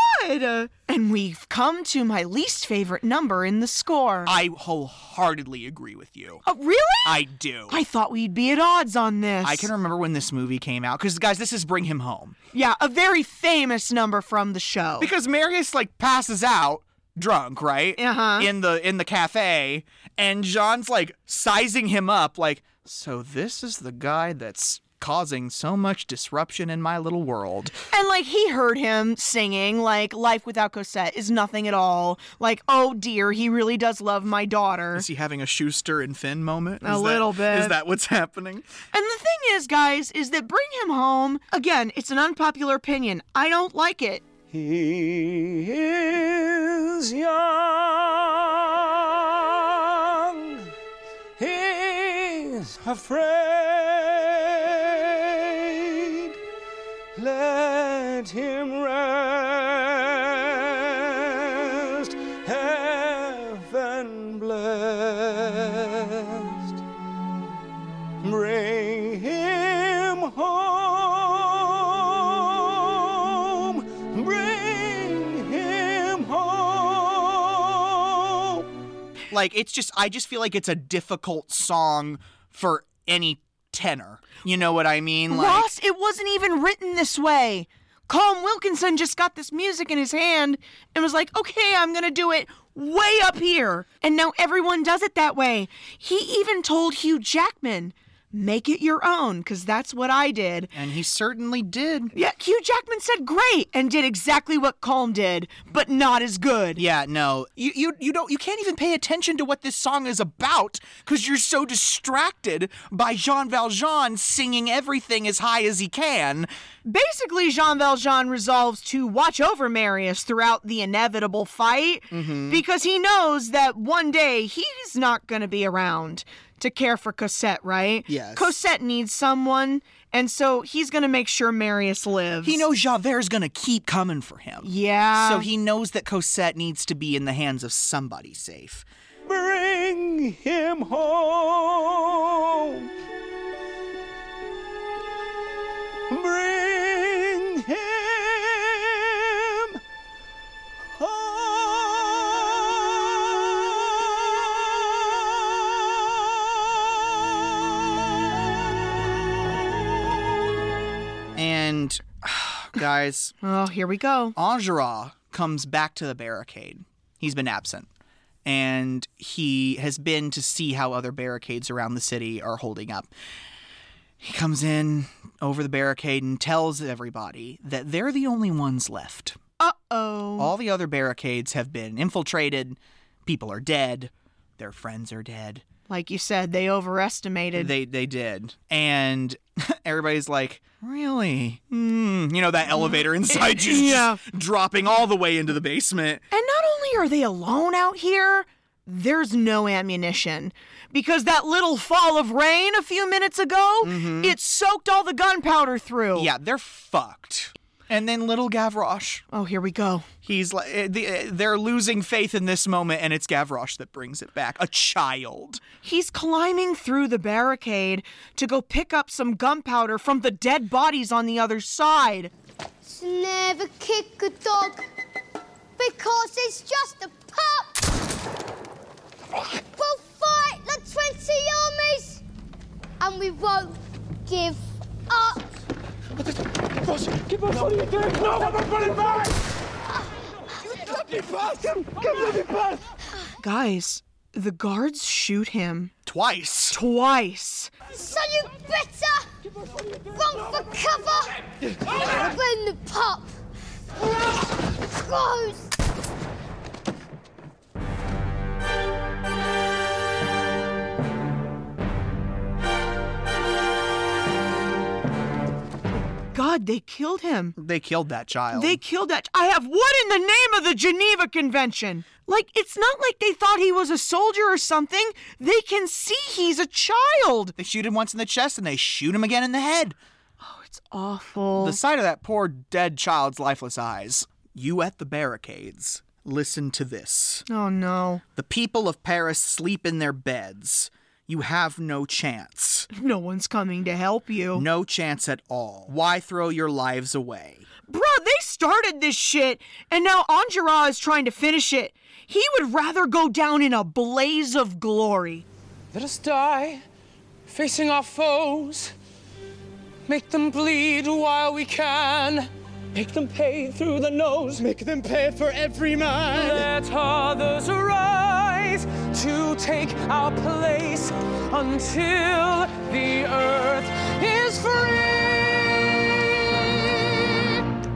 Speaker 2: And we've come to my least favorite number in the score.
Speaker 1: I wholeheartedly agree with you.
Speaker 2: Oh, really?
Speaker 1: I do.
Speaker 2: I thought we'd be at odds on this.
Speaker 1: I can remember when this movie came out because guys, this is Bring Him Home
Speaker 2: Yeah, a very famous number from the show.
Speaker 1: because Marius like passes out drunk, right?
Speaker 2: Uh-huh.
Speaker 1: In the in the cafe, and John's like sizing him up, like, so this is the guy that's causing so much disruption in my little world.
Speaker 2: And like he heard him singing, like life without Cosette is nothing at all. Like oh dear, he really does love my daughter.
Speaker 1: Is he having a Schuster and Finn moment?
Speaker 2: A
Speaker 1: Is that-
Speaker 2: little bit.
Speaker 1: Is that what's happening?
Speaker 2: And the thing is, guys, is that bring him home again. It's an unpopular opinion. I don't like it.
Speaker 3: He is young. He's afraid. Let him rest. Heaven blessed. Bring him home. Bring him home.
Speaker 1: Like, it's just, I just feel like it's a difficult song for any tenor. You know what I mean? Like,
Speaker 2: Ross, it wasn't even written this way. Colm Wilkinson just got this music in his hand and was like, okay, I'm going to do it way up here. And now everyone does it that way. He even told Hugh Jackman, make it your own, because that's what I did.
Speaker 1: and he certainly did.
Speaker 2: Yeah, Hugh Jackman said great and did exactly what Colm did, but not as good.
Speaker 1: Yeah, no. You you you don't you can't even pay attention to what this song is about cuz you're so distracted by Jean Valjean singing everything as high as he can.
Speaker 2: Basically, Jean Valjean resolves to watch over Marius throughout the inevitable fight
Speaker 1: Mm-hmm.
Speaker 2: because he knows that one day he's not going to be around to care for Cosette, right?
Speaker 1: Yes.
Speaker 2: Cosette needs someone, and so he's going to make sure Marius lives.
Speaker 1: He knows Javert's going to keep coming for him.
Speaker 2: Yeah.
Speaker 1: So he knows that Cosette needs to be in the hands of somebody safe.
Speaker 3: Bring him home. Bring him home.
Speaker 1: And guys,
Speaker 2: Oh, here we go.
Speaker 1: Enjolras comes back to the barricade. He's been absent. And he has been to see how other barricades around the city are holding up. He comes in over the barricade and tells everybody that they're the only ones left.
Speaker 2: Uh oh.
Speaker 1: All the other barricades have been infiltrated. People are dead. Their friends are dead.
Speaker 2: Like you said, they overestimated.
Speaker 1: They they did, and everybody's like, "Really? Mm. You know that elevator inside you,
Speaker 2: Yeah.
Speaker 1: just dropping all the way into the basement."
Speaker 2: And not only are they alone out here, there's no ammunition. Because that little fall of rain a few minutes ago, it soaked all the gunpowder through.
Speaker 1: Mm-hmm. Yeah, they're fucked. And then little Gavroche,
Speaker 2: Oh, here we go.
Speaker 1: he's like, eh, the- eh, they're losing faith in this moment, and it's Gavroche that brings it back. A child.
Speaker 2: He's climbing through the barricade to go pick up some gunpowder from the dead bodies on the other side.
Speaker 5: To never kick a dog because it's just a pup. We'll fight the 20 armies and we won't give up.
Speaker 3: Keep on fighting! No, I'm running back!
Speaker 5: But
Speaker 10: bloody bastard! Get bloody bastard!
Speaker 2: Guys, the guards shoot him
Speaker 1: Twice.
Speaker 2: twice.
Speaker 5: So you better run for cover. Burn the pup. Close.
Speaker 2: God, they killed him.
Speaker 1: They killed that child.
Speaker 2: They killed that. I have what in the name of the Geneva Convention? Like, it's not like they thought he was a soldier or something. They can see he's a child.
Speaker 1: They shoot him once in the chest and they shoot him again in the head.
Speaker 2: Oh, It's awful.
Speaker 1: The sight of that poor dead child's lifeless eyes. You at the barricades. Listen to this.
Speaker 2: oh no.
Speaker 1: The people of Paris sleep in their beds. You have no chance.
Speaker 2: No one's coming to help you.
Speaker 1: No chance at all. Why throw your lives away?
Speaker 2: Bro, they started this shit, and now Anjara is trying to finish it. He would rather go down in a blaze of glory.
Speaker 4: Let us die facing our foes. Make them bleed while we can. Make them pay through the nose. Make them pay for every man. Let others rise to take our place until the earth is free.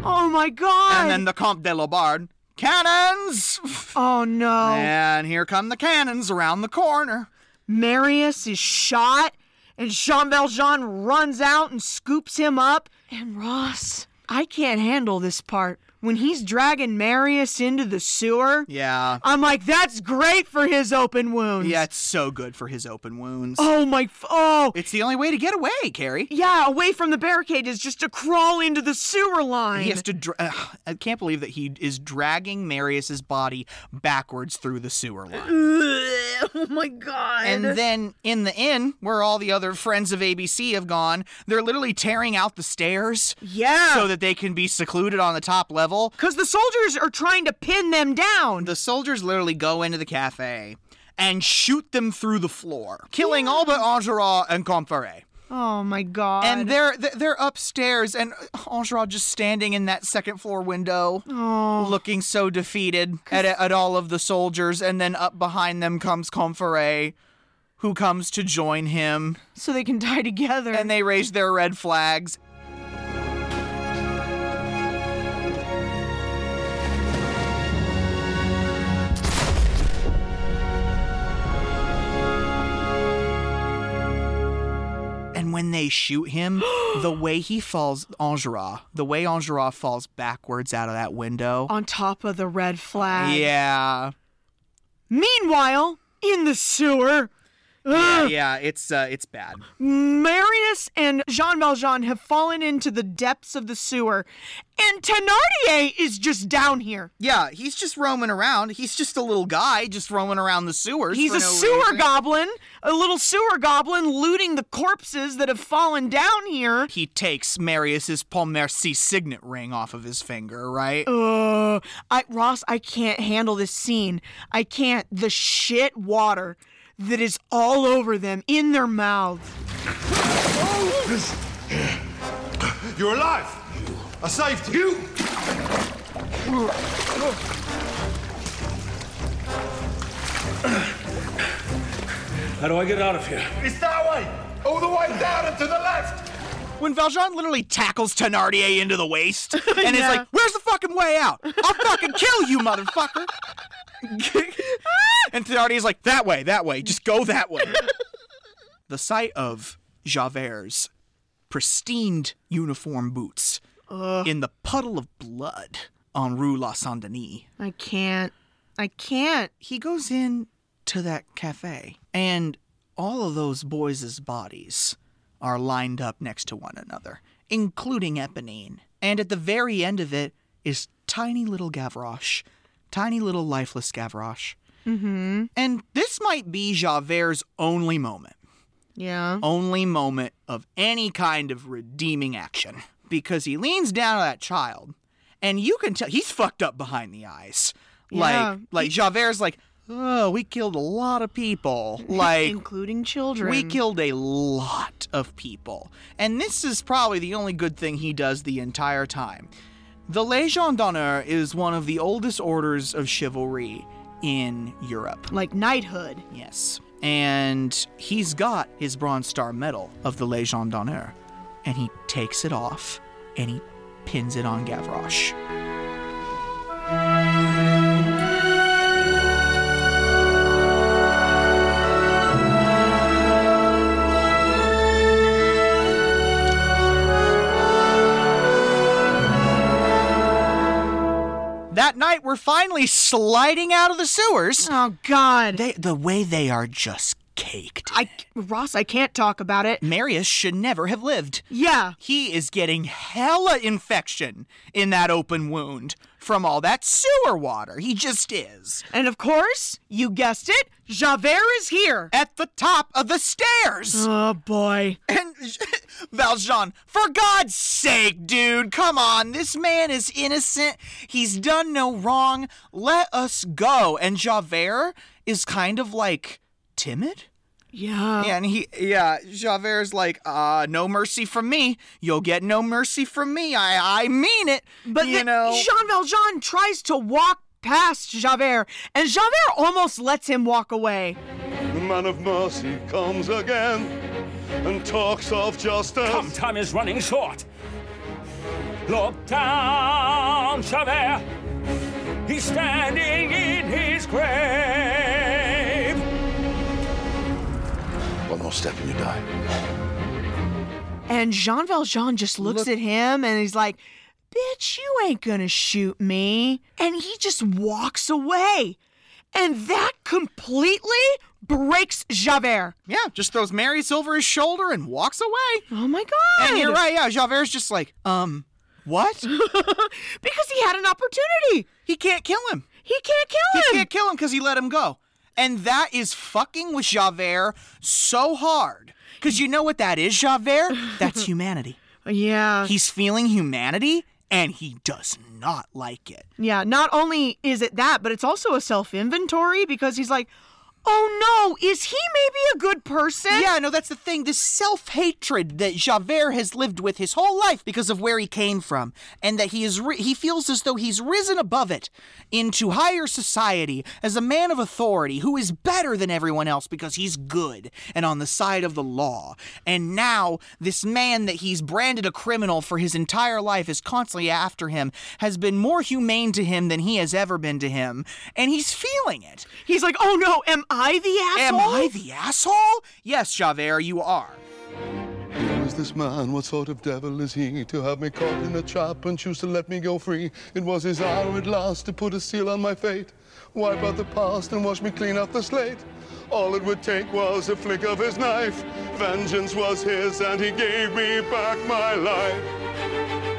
Speaker 2: Oh my god.
Speaker 1: And then the Comte de la Barde. Cannons!
Speaker 2: oh no.
Speaker 1: And here come the cannons around the corner.
Speaker 2: Marius is shot, and Jean Valjean runs out and scoops him up. And Ross, I can't handle this part. When he's dragging Marius into the sewer,
Speaker 1: Yeah.
Speaker 2: I'm like, that's great for his open wounds.
Speaker 1: Yeah, it's so good for his open wounds.
Speaker 2: Oh my. F- oh.
Speaker 1: It's the only way to get away, Carrie.
Speaker 2: Yeah, away from the barricade is just to crawl into the sewer line.
Speaker 1: He has to. Dra- Ugh, I can't believe that he is dragging Marius's body backwards through the sewer
Speaker 2: Mm.
Speaker 1: line.
Speaker 2: oh my god.
Speaker 1: And then in the inn, where all the other friends of ABC have gone, they're literally tearing out the stairs
Speaker 2: yeah.
Speaker 1: so that they can be secluded on the top level.
Speaker 2: because the soldiers are trying to pin them down.
Speaker 1: The soldiers literally go into the cafe and shoot them through the floor, killing all but Enjolras and Comferret.
Speaker 2: oh my god.
Speaker 1: And they're they're- they're upstairs, and Enjolras just standing in that second floor window, looking so defeated at, at all of the soldiers. And then up behind them comes Comferret, who comes to join him,
Speaker 2: so they can die together.
Speaker 1: and they raise their red flags. And when they shoot him, the way he falls, Enjolras, the way Enjolras falls backwards out of that window.
Speaker 2: on top of the red flag.
Speaker 1: yeah.
Speaker 2: Meanwhile, in the sewer, ugh,
Speaker 1: Yeah, it's uh, it's bad.
Speaker 2: Marius and Jean Valjean have fallen into the depths of the sewer, and Thénardier is just down here.
Speaker 1: Yeah, he's just roaming around. He's just a little guy just roaming around the sewers.
Speaker 2: He's
Speaker 1: for
Speaker 2: a
Speaker 1: no
Speaker 2: sewer
Speaker 1: reason.
Speaker 2: goblin, a little sewer goblin looting the corpses that have fallen down here.
Speaker 1: He takes Marius's Pontmercy signet ring off of his finger, right?
Speaker 2: Uh, I Ross, I can't handle this scene. I can't. The shit water that is all over them in their mouths.
Speaker 10: You're alive! I saved you!
Speaker 3: How do I get out of here?
Speaker 10: It's that way! All the way down and to the left!
Speaker 1: When Valjean literally tackles Thenardier into the waist and is like, Where's the fucking way out? I'll fucking kill you, motherfucker. and Thenardier's like, That way, that way, just go that way. the sight of Javert's pristine uniform boots in the puddle of blood on Rue La Saint Denis
Speaker 2: I can't. I can't.
Speaker 1: he goes in to that cafe and all of those boys' bodies are lined up next to one another including eponine and at the very end of it is tiny little gavroche tiny little lifeless gavroche mm-hmm. and this might be javert's only moment
Speaker 2: Yeah.
Speaker 1: only moment of any kind of redeeming action because he leans down on that child and you can tell he's fucked up behind the eyes.
Speaker 2: Yeah.
Speaker 1: Like like Javert's like, "Oh, we killed a lot of people." Like
Speaker 2: including children.
Speaker 1: we killed a lot of people. And this is probably the only good thing he does the entire time. The Legion d'honneur is one of the oldest orders of chivalry in Europe.
Speaker 2: Like knighthood.
Speaker 1: Yes. And he's got his Bronze Star medal of the Legion d'honneur. And he takes it off and he pins it on Gavroche. That night, we're finally sliding out of the sewers.
Speaker 2: Oh God.
Speaker 1: They, the way they are just caked.
Speaker 2: I Ross, I can't talk about it.
Speaker 1: Marius should never have lived.
Speaker 2: Yeah.
Speaker 1: He is getting hella infection in that open wound from all that sewer water. He just is.
Speaker 2: And of course, you guessed it, Javert is here.
Speaker 1: At the top of the stairs.
Speaker 2: Oh boy.
Speaker 1: And Valjean, for God's sake, dude, come on. This man is innocent. He's done no wrong. Let us go. And Javert is kind of like timid.
Speaker 2: Yeah.
Speaker 1: And he, yeah, Javert's like, uh, no mercy from me. You'll get no mercy from me. I, I mean it.
Speaker 2: But
Speaker 1: you
Speaker 2: then
Speaker 1: know,
Speaker 2: Jean Valjean tries to walk past Javert, and Javert almost lets him walk away.
Speaker 10: The man of mercy comes again and talks of justice.
Speaker 4: Come, time is running short. Look down, Javert. He's standing in his grave.
Speaker 8: One more step and you die.
Speaker 2: And Jean Valjean just looks at him and he's like, Bitch, you ain't gonna shoot me. And he just walks away. And that completely breaks Javert.
Speaker 1: yeah, just throws Marius over his shoulder and walks away.
Speaker 2: Oh my god.
Speaker 1: And you're right, yeah, Javert's just like, um, what?
Speaker 2: Because he had an opportunity.
Speaker 1: he can't kill him.
Speaker 2: He can't kill
Speaker 1: He
Speaker 2: him.
Speaker 1: can't kill him because he let him go. And that is fucking with Javert so hard. Because you know what that is, Javert? That's humanity.
Speaker 2: Yeah.
Speaker 1: He's feeling humanity and he does not like it.
Speaker 2: yeah. Not only is it that, but it's also a self inventory because he's like, oh no, is he maybe a good person?
Speaker 1: Yeah, no, that's the thing. This self hatred that Javert has lived with his whole life because of where he came from, and that he is ri- he feels as though he's risen above it into higher society as a man of authority who is better than everyone else because he's good and on the side of the law. And now this man that he's branded a criminal for his entire life is constantly after him has been more humane to him than he has ever been to him, and he's feeling it.
Speaker 2: He's like, oh no, am I the
Speaker 1: Am
Speaker 2: asshole?
Speaker 1: I the asshole? Yes, Javert, you are.
Speaker 8: Who is this man? What sort of devil is he? To have me caught in a trap and choose to let me go free. It was his hour at last to put a seal on my fate. Wipe out the past and wash me clean off the slate. All it would take was a flick of his knife. Vengeance was his and he gave me back my life.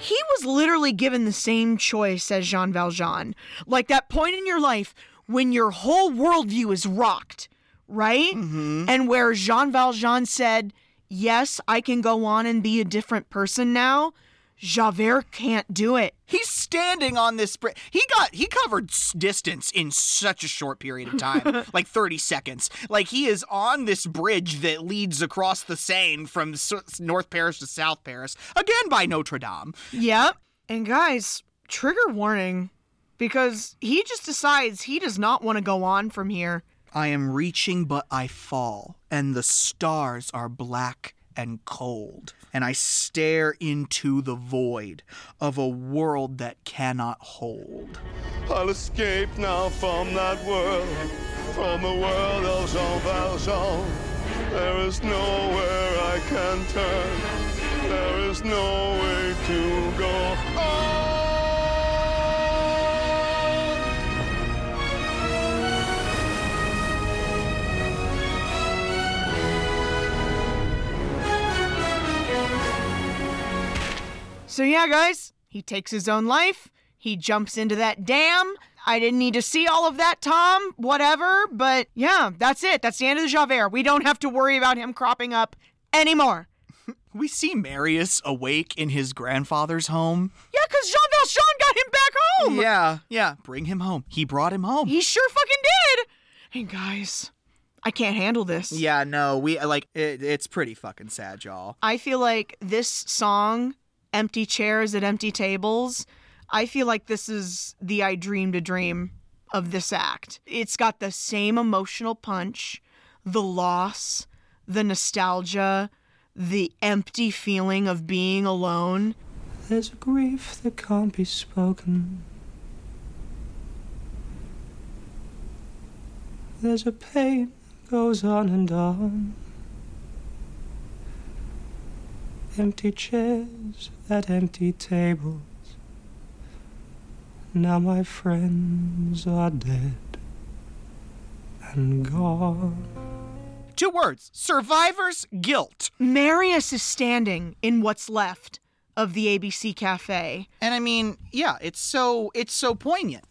Speaker 2: He was literally given the same choice as Jean Valjean. Like that point in your life when your whole worldview is rocked, right? And where Jean Valjean said, Yes, I can go on and be a different person now. Javert can't do it.
Speaker 1: He's standing on this. bri- he got he covered s- distance in such a short period of time, like thirty seconds. Like he is on this bridge that leads across the Seine from s- North Paris to South Paris, again by Notre Dame.
Speaker 2: Yep. And guys, trigger warning because he just decides he does not want to go on from here.
Speaker 1: I am reaching, but I fall, and the stars are black and cold. And I stare into the void of a world that cannot hold.
Speaker 8: I'll escape now from that world, from the world of Jean Valjean. There is nowhere I can turn, there is no way to go on.
Speaker 2: So, yeah, guys, he takes his own life. He jumps into that dam. I didn't need to see all of that, Tom. Whatever. But yeah, that's it. That's the end of the Javert. We don't have to worry about him cropping up anymore.
Speaker 1: We see Marius awake in his grandfather's home.
Speaker 2: Yeah, because Jean Valjean got him back home.
Speaker 1: Yeah, yeah. Bring him home. He brought him home.
Speaker 2: He sure fucking did. And, guys, I can't handle this.
Speaker 1: yeah, no, we like it, it's pretty fucking sad, y'all.
Speaker 2: I feel like this song empty chairs at empty tables. I feel like this is the I dreamed a dream of this act. It's got the same emotional punch, the loss, the nostalgia, the empty feeling of being alone.
Speaker 4: There's a grief that can't be spoken. There's a pain that goes on and on. Empty chairs at empty tables. Now my friends are dead and gone.
Speaker 1: Two words survivor's guilt.
Speaker 2: Marius is standing in what's left of the ABC Cafe.
Speaker 1: And I mean, yeah, it's so it's so poignant.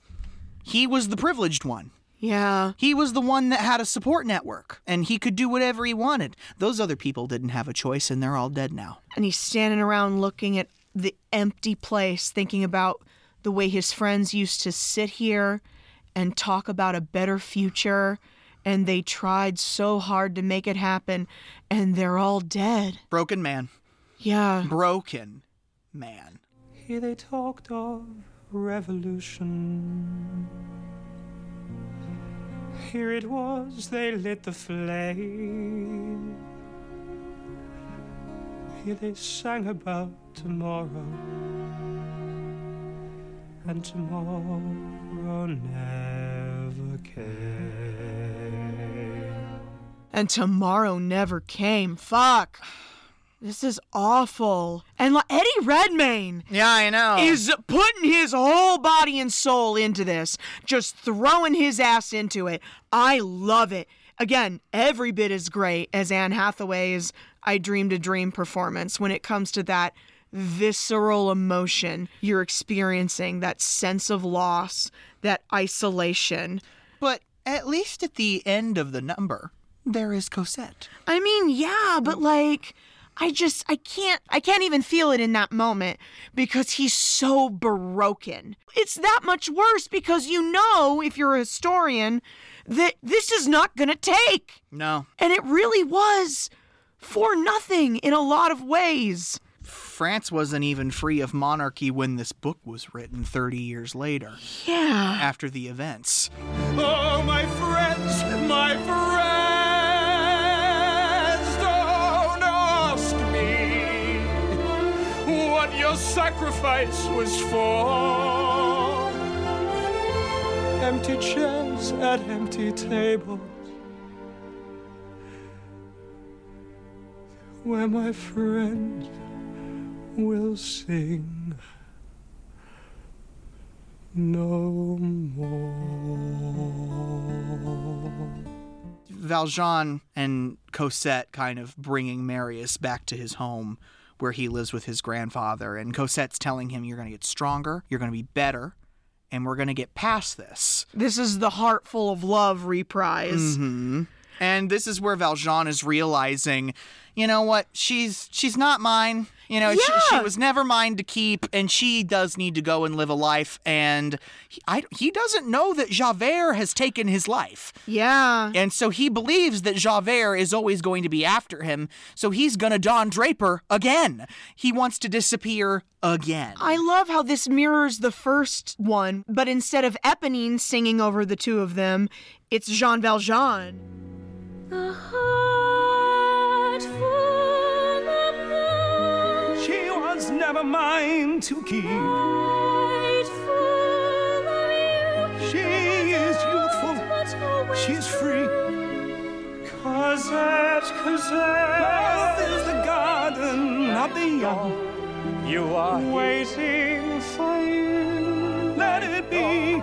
Speaker 1: He was the privileged one.
Speaker 2: Yeah.
Speaker 1: He was the one that had a support network and he could do whatever he wanted. Those other people didn't have a choice and they're all dead now.
Speaker 2: And he's standing around looking at the empty place, thinking about the way his friends used to sit here and talk about a better future. And they tried so hard to make it happen, and they're all dead.
Speaker 1: Broken man.
Speaker 2: Yeah.
Speaker 1: Broken man.
Speaker 4: Here they talked of revolution. Here it was, they lit the flame. Here they sang about tomorrow. And tomorrow never came.
Speaker 2: And tomorrow never came. Fuck. This is awful. And like, Eddie Redmayne
Speaker 1: Yeah, I know.
Speaker 2: is putting his whole body and soul into this, just throwing his ass into it. I love it. Again, every bit as great as Anne Hathaway's I Dreamed a Dream performance when it comes to that visceral emotion you're experiencing, that sense of loss, that isolation.
Speaker 1: but at least at the end of the number, there is Cosette. Mm.
Speaker 2: I mean, yeah, but like I just I can't I can't even feel it in that moment because he's so broken. It's that much worse because you know if you're a historian that this is not going to take.
Speaker 1: No.
Speaker 2: And it really was for nothing in a lot of ways.
Speaker 1: France wasn't even free of monarchy when this book was written 30 years later,
Speaker 2: Yeah.
Speaker 1: after the events.
Speaker 4: Oh, my friends, my friends, don't ask me what your sacrifice was for. Empty chairs at empty tables, where my friends will sing no more.
Speaker 1: Valjean and Cosette kind of bringing Marius back to his home where he lives with his grandfather. And Cosette's telling him, You're going to get stronger, you're going to be better, and we're going to get past this.
Speaker 2: This is the Heartful of Love reprise.
Speaker 1: Mm-hmm. And this is where Valjean is realizing, you know what? She's she's not mine. You know, she, she
Speaker 2: Yeah.
Speaker 1: was never mine to keep, and she does need to go and live a life. And he, I, he doesn't know that Javert has taken his life.
Speaker 2: Yeah.
Speaker 1: And so he believes that Javert is always going to be after him. So he's going to Don Draper again. He wants to disappear again.
Speaker 2: I love how this mirrors the first one, but instead of Eponine singing over the two of them, it's Jean Valjean.
Speaker 7: The heart full of love,
Speaker 4: She was never mine to keep.
Speaker 7: light full of you,
Speaker 4: She is youthful,
Speaker 7: but always
Speaker 4: she's free. Cosette, Cosette, is the garden of the young. You are waiting for you. Let it be.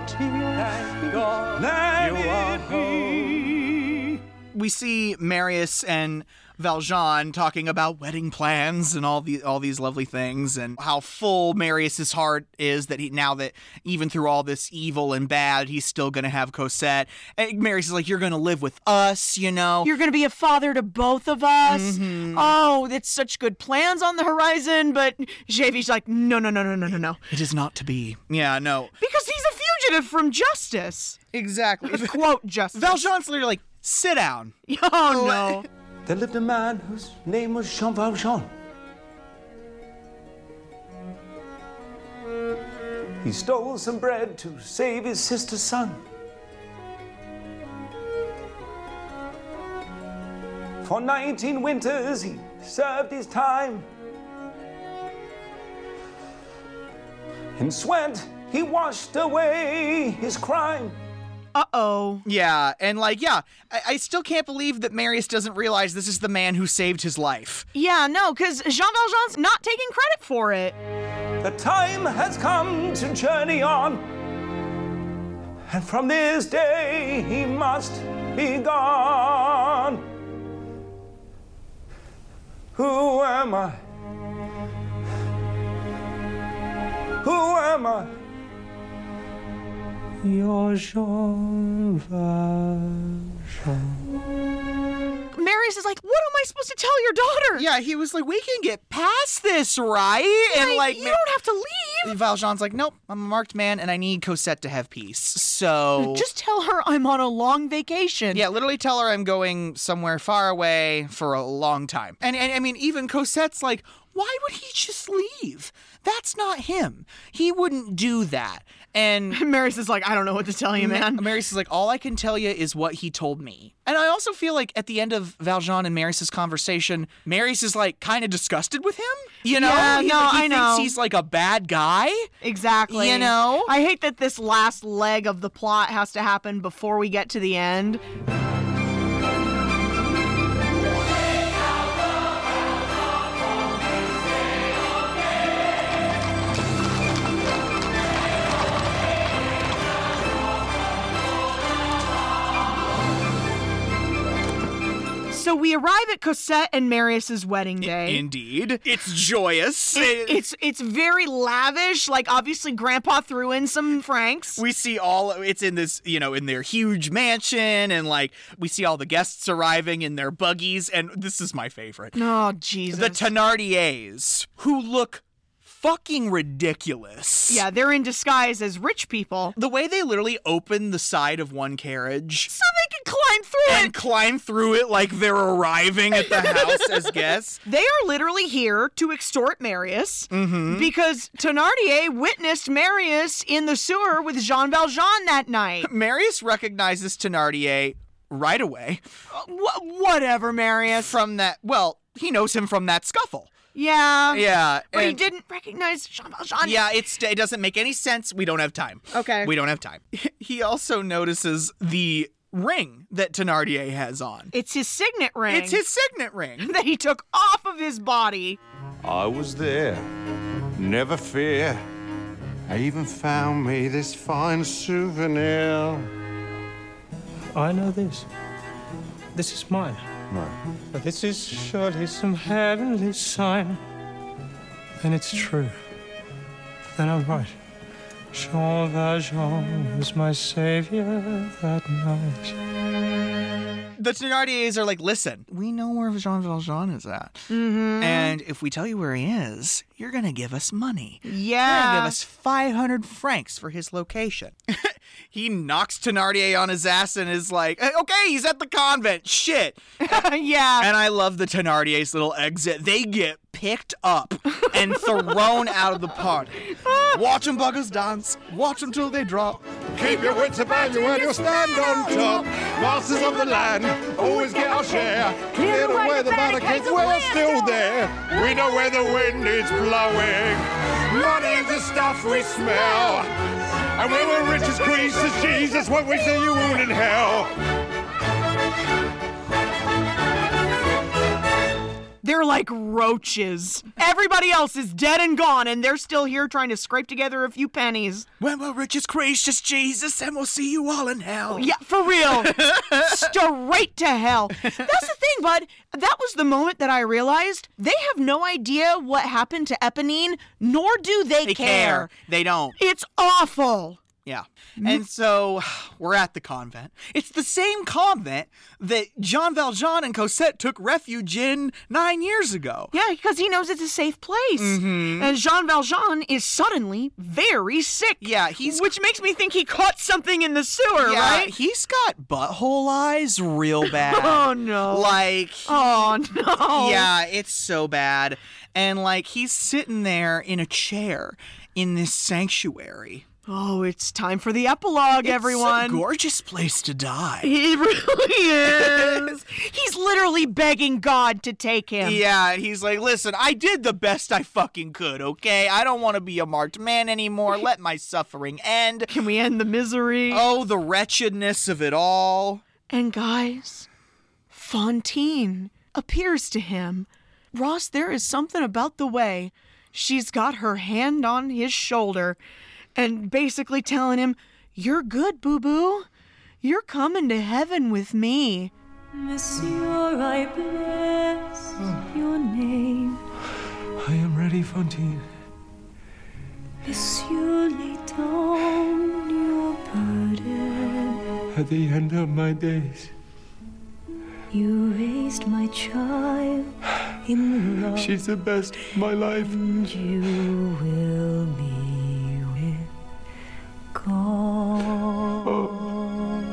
Speaker 4: Thank God. Let it be.
Speaker 1: we see Marius and Valjean talking about wedding plans and all the all these lovely things and how full Marius's heart is that he now that even through all this evil and bad he's still going to have Cosette. And Marius is like you're going to live with us, you know. Mm-hmm.
Speaker 2: You're going to be a father to both of us. Oh, that's such good plans on the horizon, but Javier's like, no, no, no, no, no, no, no.
Speaker 1: it is not to be. Yeah, no.
Speaker 2: Because he's a fugitive from justice.
Speaker 1: Exactly.
Speaker 2: Quote justice.
Speaker 1: Valjean's literally like sit down.
Speaker 2: oh, no.
Speaker 4: There lived a man whose name was Jean Valjean.
Speaker 3: He stole some bread to save his sister's son. For 19 winters he served his time In sweat. He washed away his crime.
Speaker 2: Uh oh.
Speaker 1: Yeah, and like, yeah, I, I still can't believe that Marius doesn't realize this is the man who saved his life.
Speaker 2: Yeah, no, because Jean Valjean's not taking credit for it.
Speaker 3: The time has come to journey on. And from this day he must be gone. Who am I? Who am I? Your Jean Valjean.
Speaker 2: Marius is like, what am I supposed to tell your daughter?
Speaker 1: Yeah, he was like, we can get past this, right? And like,
Speaker 2: you
Speaker 1: Ma-
Speaker 2: don't have to leave.
Speaker 1: Valjean's like, nope, I'm a marked man and I need Cosette to have peace. So.
Speaker 2: Just tell her I'm on a long vacation.
Speaker 1: Yeah, literally tell her I'm going somewhere far away for a long time. And, and I mean, even Cosette's like, why would he just leave? That's not him. He wouldn't do that. And
Speaker 2: Marius is like, I don't know what to tell you, man.
Speaker 1: Maris is like, all I can tell you is what he told me. And I also feel like at the end of Valjean and Maris's conversation, Maris is like kind of disgusted with him. You know?
Speaker 2: Yeah,
Speaker 1: He-
Speaker 2: no,
Speaker 1: like, he
Speaker 2: I
Speaker 1: thinks
Speaker 2: know.
Speaker 1: he's like a bad guy.
Speaker 2: Exactly.
Speaker 1: You know?
Speaker 2: I hate that this last leg of the plot has to happen before we get to the end. So we arrive at Cosette and Marius's wedding day.
Speaker 1: Indeed. It's joyous.
Speaker 2: It's it's very lavish. Like obviously, Grandpa threw in some francs.
Speaker 1: we see all it's in this you know in their huge mansion and like we see all the guests arriving in their buggies and this is my favorite
Speaker 2: oh Jesus!
Speaker 1: the Thenardiers who look fucking ridiculous
Speaker 2: yeah, they're in disguise as rich people,
Speaker 1: the way they literally open the side of one carriage
Speaker 2: so they can climb through
Speaker 1: and
Speaker 2: it.
Speaker 1: climb through it like they're arriving at the house as guests
Speaker 2: They are literally here to extort Marius
Speaker 1: Mm-hmm.
Speaker 2: because Thenardier witnessed Marius in the sewer with Jean Valjean that night.
Speaker 1: marius recognizes Thenardier right away
Speaker 2: Uh, Wha whatever, Marius.
Speaker 1: from that well he knows him from that scuffle
Speaker 2: Yeah.
Speaker 1: yeah
Speaker 2: But he
Speaker 1: and-
Speaker 2: didn't recognize Jean Valjean.
Speaker 1: Yeah, it's it doesn't make any sense. We don't have time.
Speaker 2: Okay.
Speaker 1: We don't have time. He also notices the ring that Thenardier has on.
Speaker 2: It's his signet ring.
Speaker 1: It's his signet ring.
Speaker 2: that he took off of his body.
Speaker 10: I was there. Never fear. I even found me this fine souvenir.
Speaker 3: I know this. This is mine. But this is surely some heavenly sign. Then it's true. Then I'm right. Jean Valjean was my savior that night.
Speaker 1: The Thenardiers are like, listen, we know where Jean Valjean is at, and if we tell you where he is, you're gonna give us money. You're gonna give
Speaker 2: Yeah.
Speaker 1: us 500 francs for his location. he knocks Thenardier on his ass and is like, "Eh, okay, he's at the convent. Shit.
Speaker 2: yeah.
Speaker 1: And I love the Thenardier's little exit. They get picked up and thrown out of the party. Watch them buggers dance. Watch them till they drop.
Speaker 10: Keep your wits about you when you stand on top. Masters of the land, always get our share. Clear the way the barricades, we're still there. We know where the wind is blowing. Money is the stuff we smell. And we were rich as Greece as Jesus when we see you wound in hell.
Speaker 2: They're like roaches. Everybody else is dead and gone, and they're still here trying to scrape together a few pennies.
Speaker 1: When we're rich as gracious Jesus, and we'll see you all in hell.
Speaker 2: Oh, Yeah, for real. Straight to hell. That's the thing, bud. That was the moment that I realized they have no idea what happened to Eponine, nor do they,
Speaker 1: They care. They don't.
Speaker 2: It's awful.
Speaker 1: Yeah.
Speaker 2: Mm-hmm.
Speaker 1: And so we're at the convent. It's the same convent that Jean Valjean and Cosette took refuge in nine years ago. Mm-hmm.
Speaker 2: Yeah, because he knows it's a safe place. And Jean Valjean is suddenly very sick.
Speaker 1: Yeah, he's-
Speaker 2: which makes me think he caught something in the sewer,
Speaker 1: Yeah,
Speaker 2: right?
Speaker 1: He's got butthole eyes real bad.
Speaker 2: Oh, no.
Speaker 1: Like
Speaker 2: Oh no.
Speaker 1: Yeah, it's so bad. And like he's sitting there in a chair in this sanctuary.
Speaker 2: Oh, it's time for the epilogue, everyone.
Speaker 1: It's a gorgeous place to die.
Speaker 2: He really is. He's literally begging God to take him.
Speaker 1: Yeah, and he's like, listen, I did the best I fucking could, okay? I don't want to be a marked man anymore. Let my suffering end.
Speaker 2: Can we end the misery?
Speaker 1: Oh, the wretchedness of it all.
Speaker 2: And guys, Fontaine appears to him. Ross, there is something about the way she's got her hand on his shoulder and basically telling him, You're good, boo boo. You're coming to heaven with me.
Speaker 7: Monsieur, I bless your name.
Speaker 4: I am ready, Fontaine.
Speaker 7: Monsieur, lay down your burden.
Speaker 4: At the end of my days,
Speaker 7: You raised my child in love.
Speaker 4: she's the best of my life.
Speaker 7: And you will be with God.
Speaker 4: Oh.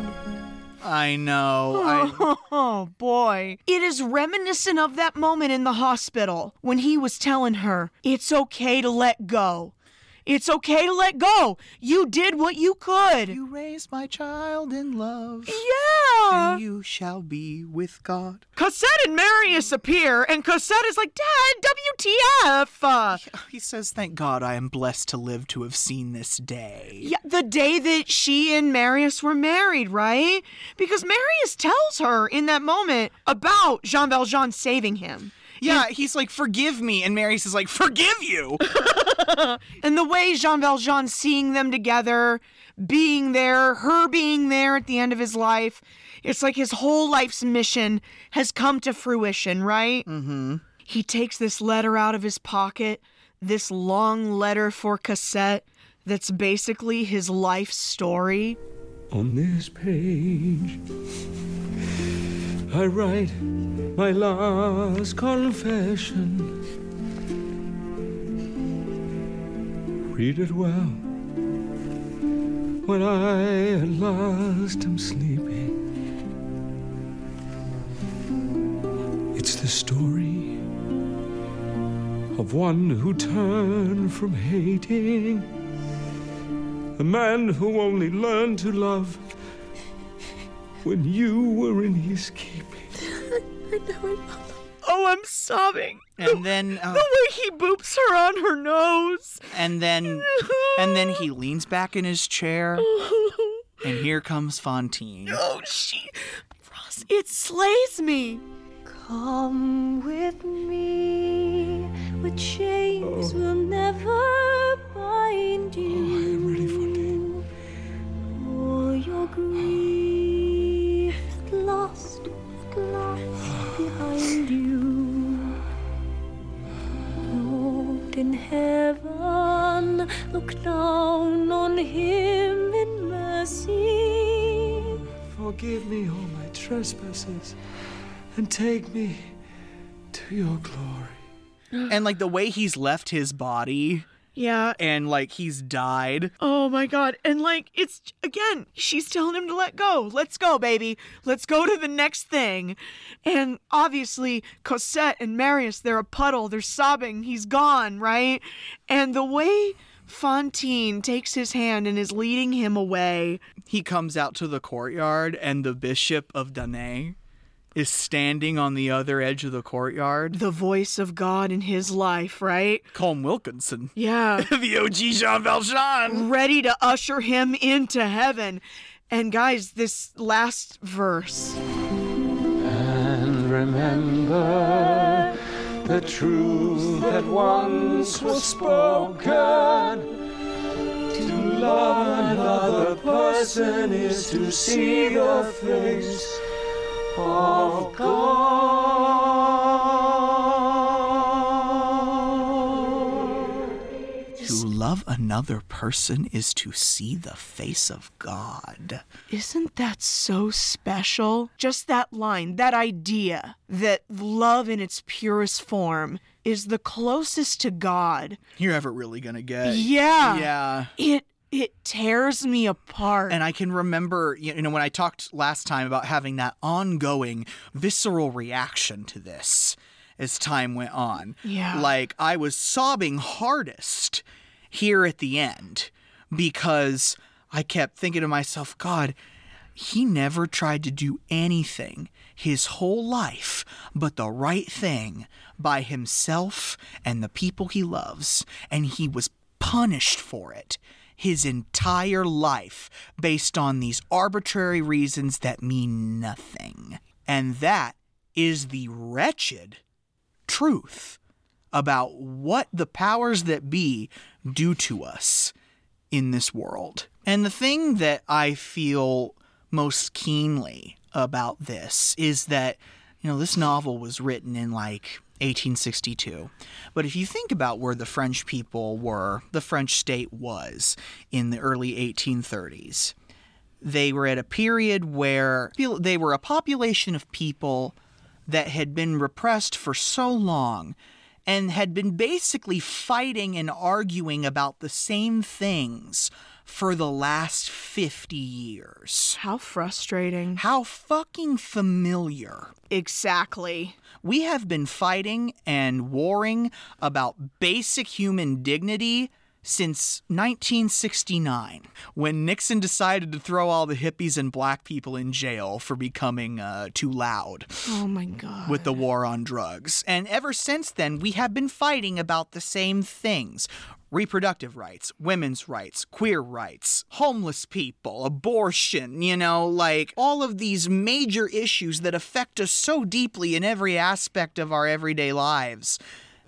Speaker 1: I know. I,
Speaker 2: Oh boy. It is reminiscent of that moment in the hospital when he was telling her, It's okay to let go. It's okay to let go. You did what you could.
Speaker 1: you raised my child in love.
Speaker 2: yeah.
Speaker 1: And you shall be with God.
Speaker 2: Cosette and Marius appear, and Cosette is like, Dad, WTF? Uh,
Speaker 1: He says, Thank God I am blessed to live to have seen this day.
Speaker 2: yeah, the day that she and Marius were married, right? Because Marius tells her in that moment about Jean Valjean saving him.
Speaker 1: Yeah, he's like, Forgive me. And Marius is like, Forgive you.
Speaker 2: And the way Jean Valjean seeing them together, being there, her being there at the end of his life, it's like his whole life's mission has come to fruition, right? Mm hmm. He takes this letter out of his pocket, this long letter for Cassette that's basically his life story.
Speaker 4: On this page, I write my last confession. Read it well. When I at last am sleeping, it's the story of one who turned from hating. A man who only learned to love when you were in his keeping.
Speaker 2: Oh, I'm sobbing.
Speaker 1: And then, uh,
Speaker 2: The way he boops her on her nose.
Speaker 1: and then, and then he leans back in his chair. And here comes Fontaine.
Speaker 2: Oh, she. Ross, it slays me.
Speaker 7: Come with me, where chains will never bind you.
Speaker 4: Oh. I am ready, Fontaine.
Speaker 7: For your grief at last, at
Speaker 4: Ah.
Speaker 7: last behind you. Lord in heaven, look down on him in mercy.
Speaker 4: Forgive me all my trespasses and take me to your glory.
Speaker 1: And like the way he's left his body
Speaker 2: Yeah,
Speaker 1: and like he's died.
Speaker 2: Oh my god. And like it's again, she's telling him to let go. Let's go, baby. Let's go to the next thing. And obviously, Cosette and Marius, they're a puddle. They're sobbing. He's gone, right? And the way Fontaine takes his hand and is leading him away.
Speaker 1: He comes out to the courtyard and the bishop of Danay is standing on the other edge of the courtyard.
Speaker 2: The voice of God in his life, right?
Speaker 1: Colm Wilkinson.
Speaker 2: Yeah.
Speaker 1: The OG Jean Valjean.
Speaker 2: Ready to usher him into heaven. And guys, this last verse.
Speaker 4: And remember the truth that once was spoken. To love another person is to see the face of God.
Speaker 1: To love another person is to see the face of God.
Speaker 2: Isn't that so special? Just that line, that idea that love in its purest form is the closest to God.
Speaker 1: You're ever really gonna get.
Speaker 2: Yeah.
Speaker 1: Yeah.
Speaker 2: It it tears me apart.
Speaker 1: And I can remember, you know, when I talked last time about having that ongoing visceral reaction to this as time went on.
Speaker 2: Yeah.
Speaker 1: Like I was sobbing hardest here at the end because I kept thinking to myself, God, he never tried to do anything his whole life but the right thing by himself and the people he loves, and he was punished for it his entire life based on these arbitrary reasons that mean nothing. And that is the wretched truth about what the powers that be do to us in this world. And the thing that I feel most keenly about this is that, you know, this novel was written in like 1862. But if you think about where the French people were, the French state was in the early 1830s, they were at a period where people- they were a population of people that had been repressed for so long and had been basically fighting and arguing about the same things for the last 50 years.
Speaker 2: How frustrating.
Speaker 1: How fucking familiar.
Speaker 2: Exactly.
Speaker 1: We have been fighting and warring about basic human dignity since 1969, when Nixon decided to throw all the hippies and black people in jail for becoming uh, too loud
Speaker 2: Oh my god.
Speaker 1: with the war on drugs. And ever since then, we have been fighting about the same things reproductive rights, women's rights, queer rights, homeless people, abortion, you know, like all of these major issues that affect us so deeply in every aspect of our everyday lives.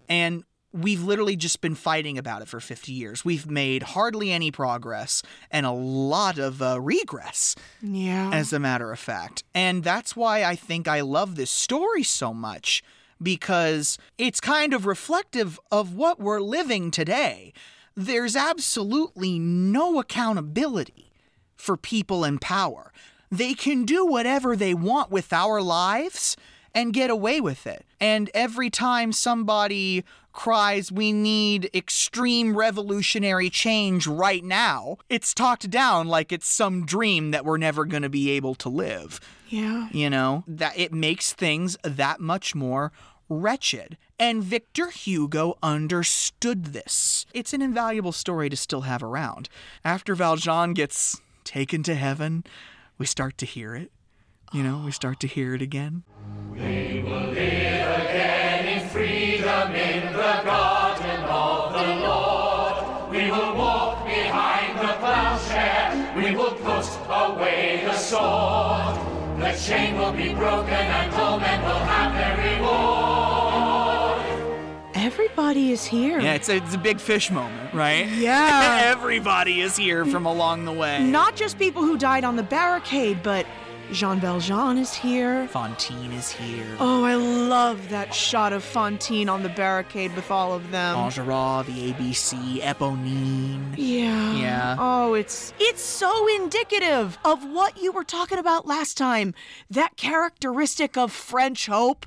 Speaker 1: And we've literally just been fighting about it for 50 years. We've made hardly any progress and a lot of uh, regress
Speaker 2: yeah.
Speaker 1: as a matter of fact. And that's why I think I love this story so much because it's kind of reflective of what we're living today. There's absolutely no accountability for people in power. They can do whatever they want with our lives and get away with it. And every time somebody cries, we need extreme revolutionary change right now, it's talked down like it's some dream that we're never going to be able to live.
Speaker 2: yeah.
Speaker 1: You know, that it makes things that much more wretched. And Victor Hugo understood this. It's an invaluable story to still have around. After Valjean gets taken to heaven, we start to hear it. You know, we start to hear it again.
Speaker 2: Everybody is here.
Speaker 1: Yeah, it's a, it's a big fish moment, right?
Speaker 2: Yeah.
Speaker 1: Everybody is here from along the way.
Speaker 2: Not just people who died on the barricade, but Jean Valjean is here.
Speaker 1: Fontaine is here.
Speaker 2: Oh, I love that shot of Fontaine on the barricade with all of them.
Speaker 1: Enjolras, the ABC, Eponine.
Speaker 2: um, Yeah.
Speaker 1: Yeah.
Speaker 2: Oh, it's it's so indicative of what you were talking about last time. That characteristic of French hope.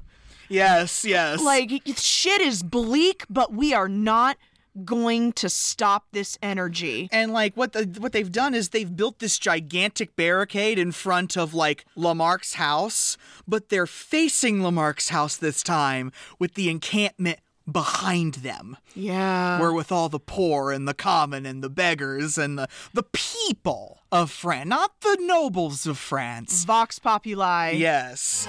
Speaker 1: Yes, yes.
Speaker 2: Like shit is bleak, but we are not going to stop this energy.
Speaker 1: and like what the, what they've done is they've built this gigantic barricade in front of like Lamarck's house, but they're facing Lamarck's house this time with the encampment behind them,
Speaker 2: Yeah.
Speaker 1: where with all the poor and the common and the beggars and the the people of France, not the nobles of France.
Speaker 2: Vox Populi.
Speaker 1: Yes.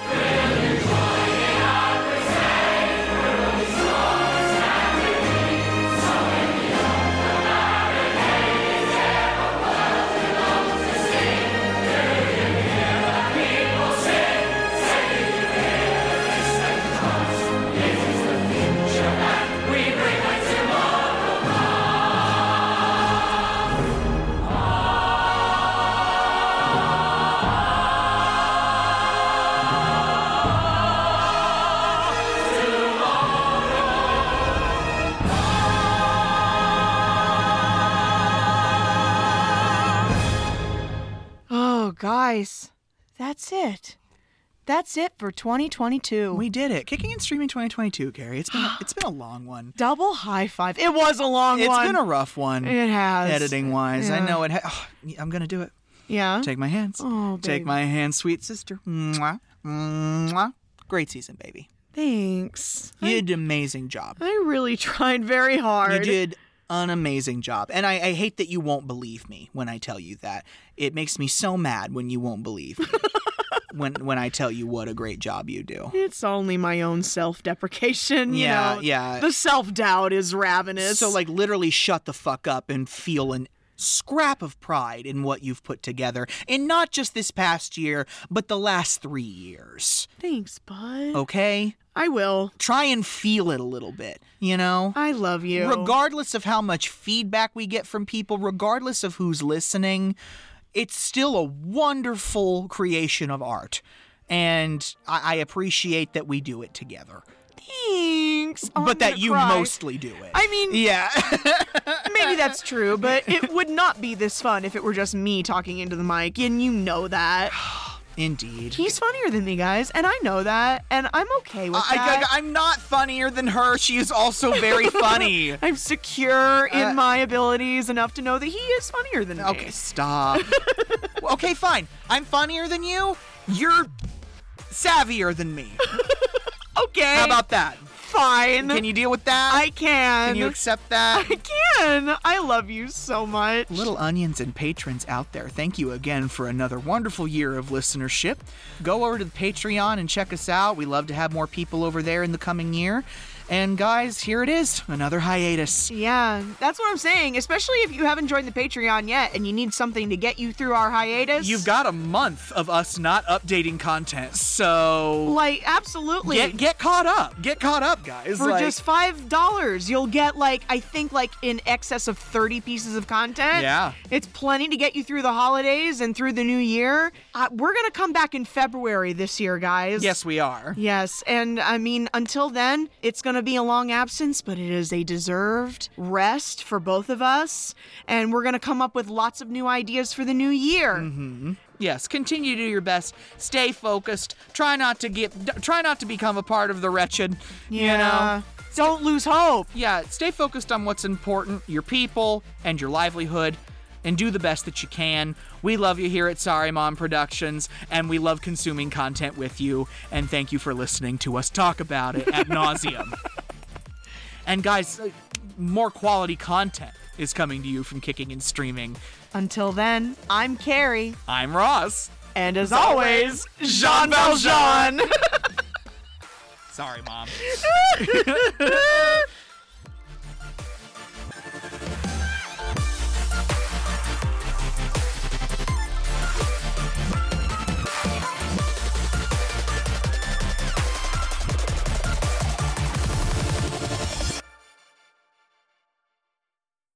Speaker 2: Oh, guys, that's it. That's it for 2022.
Speaker 1: We did it. Kicking and streaming 2022, Gary. It's been it's been a long one.
Speaker 2: double high five. It was a long
Speaker 1: It's
Speaker 2: one.
Speaker 1: been a rough one.
Speaker 2: It has.
Speaker 1: Editing wise, I
Speaker 2: Yeah.
Speaker 1: know it. Ha- oh, I'm gonna do it.
Speaker 2: Yeah.
Speaker 1: Take my hands.
Speaker 2: Oh,
Speaker 1: Take
Speaker 2: babe.
Speaker 1: my hand, sweet sister. Mwah. Mwah. Great season, baby.
Speaker 2: Thanks.
Speaker 1: You did an amazing job.
Speaker 2: I really tried very hard.
Speaker 1: You did an amazing job. And I, I hate that you won't believe me when I tell you that. It makes me so mad when you won't believe me. when when I tell you what a great job you do.
Speaker 2: It's only my own self deprecation.
Speaker 1: Yeah,
Speaker 2: you know?
Speaker 1: yeah.
Speaker 2: The self doubt is ravenous.
Speaker 1: So like literally shut the fuck up and feel an scrap of pride in what you've put together in not just this past year, but the last three years.
Speaker 2: thanks, bud.
Speaker 1: Okay?
Speaker 2: I will.
Speaker 1: Try and feel it a little bit, you know?
Speaker 2: I love you.
Speaker 1: Regardless of how much feedback we get from people, regardless of who's listening, it's still a wonderful creation of art. And I, I appreciate that we do it together.
Speaker 2: Thanks. Oh, I'm
Speaker 1: but that
Speaker 2: gonna
Speaker 1: you
Speaker 2: cry.
Speaker 1: mostly do it.
Speaker 2: I mean,
Speaker 1: yeah.
Speaker 2: maybe that's true, but it would not be this fun if it were just me talking into the mic, and you know that.
Speaker 1: Indeed.
Speaker 2: He's funnier than me, guys, and I know that, and I'm okay with
Speaker 1: I,
Speaker 2: that.
Speaker 1: am not funnier than her. She is also very funny. Uh,
Speaker 2: am secure in my abilities enough to know that he is funnier than me.
Speaker 1: okay, stop. okay, fine. I'm funnier than you. You're savvier than me.
Speaker 2: Okay.
Speaker 1: How about that?
Speaker 2: fine?
Speaker 1: Can you deal with that?
Speaker 2: I can.
Speaker 1: Can you accept that?
Speaker 2: I can. I love you so much.
Speaker 1: Little onions and patrons out there, thank you again for another wonderful year of listenership. Go over to the Patreon and check us out. We love to have more people over there in the coming year. And guys, here it is, another hiatus.
Speaker 2: Yeah, that's what I'm saying. Especially if you haven't joined the Patreon yet and you need something to get you through our hiatus.
Speaker 1: You've got a month of us not updating content, so
Speaker 2: like absolutely.
Speaker 1: get get caught up. Get caught up, guys.
Speaker 2: for
Speaker 1: Like,
Speaker 2: just five dollars, you'll get like I think like in excess of thirty pieces of content.
Speaker 1: Yeah.
Speaker 2: it's plenty to get you through the holidays and through the new year. Uh, we're gonna come back in February this year, guys.
Speaker 1: yes, we are.
Speaker 2: Yes, and I mean, until then, it's going to be a long absence, but it is a deserved rest for both of us. And we're going to come up with lots of new ideas for the new year.
Speaker 1: Mm-hmm. Yes, continue to do your best. Stay focused. Try not to get. d- Try not to become a part of the wretched. You know.
Speaker 2: Don't lose hope.
Speaker 1: Yeah. Stay focused on what's important: your people and your livelihood. And do the best that you can. We love you here at Sorry Mom Productions, and we love consuming content with you. And thank you for listening to us talk about it at nauseum. And guys, uh, more quality content is coming to you from Kicking and Streaming.
Speaker 2: Until then, I'm Carrie.
Speaker 1: I'm Ross.
Speaker 2: And as always, Jean Valjean.
Speaker 1: Sorry, Mom.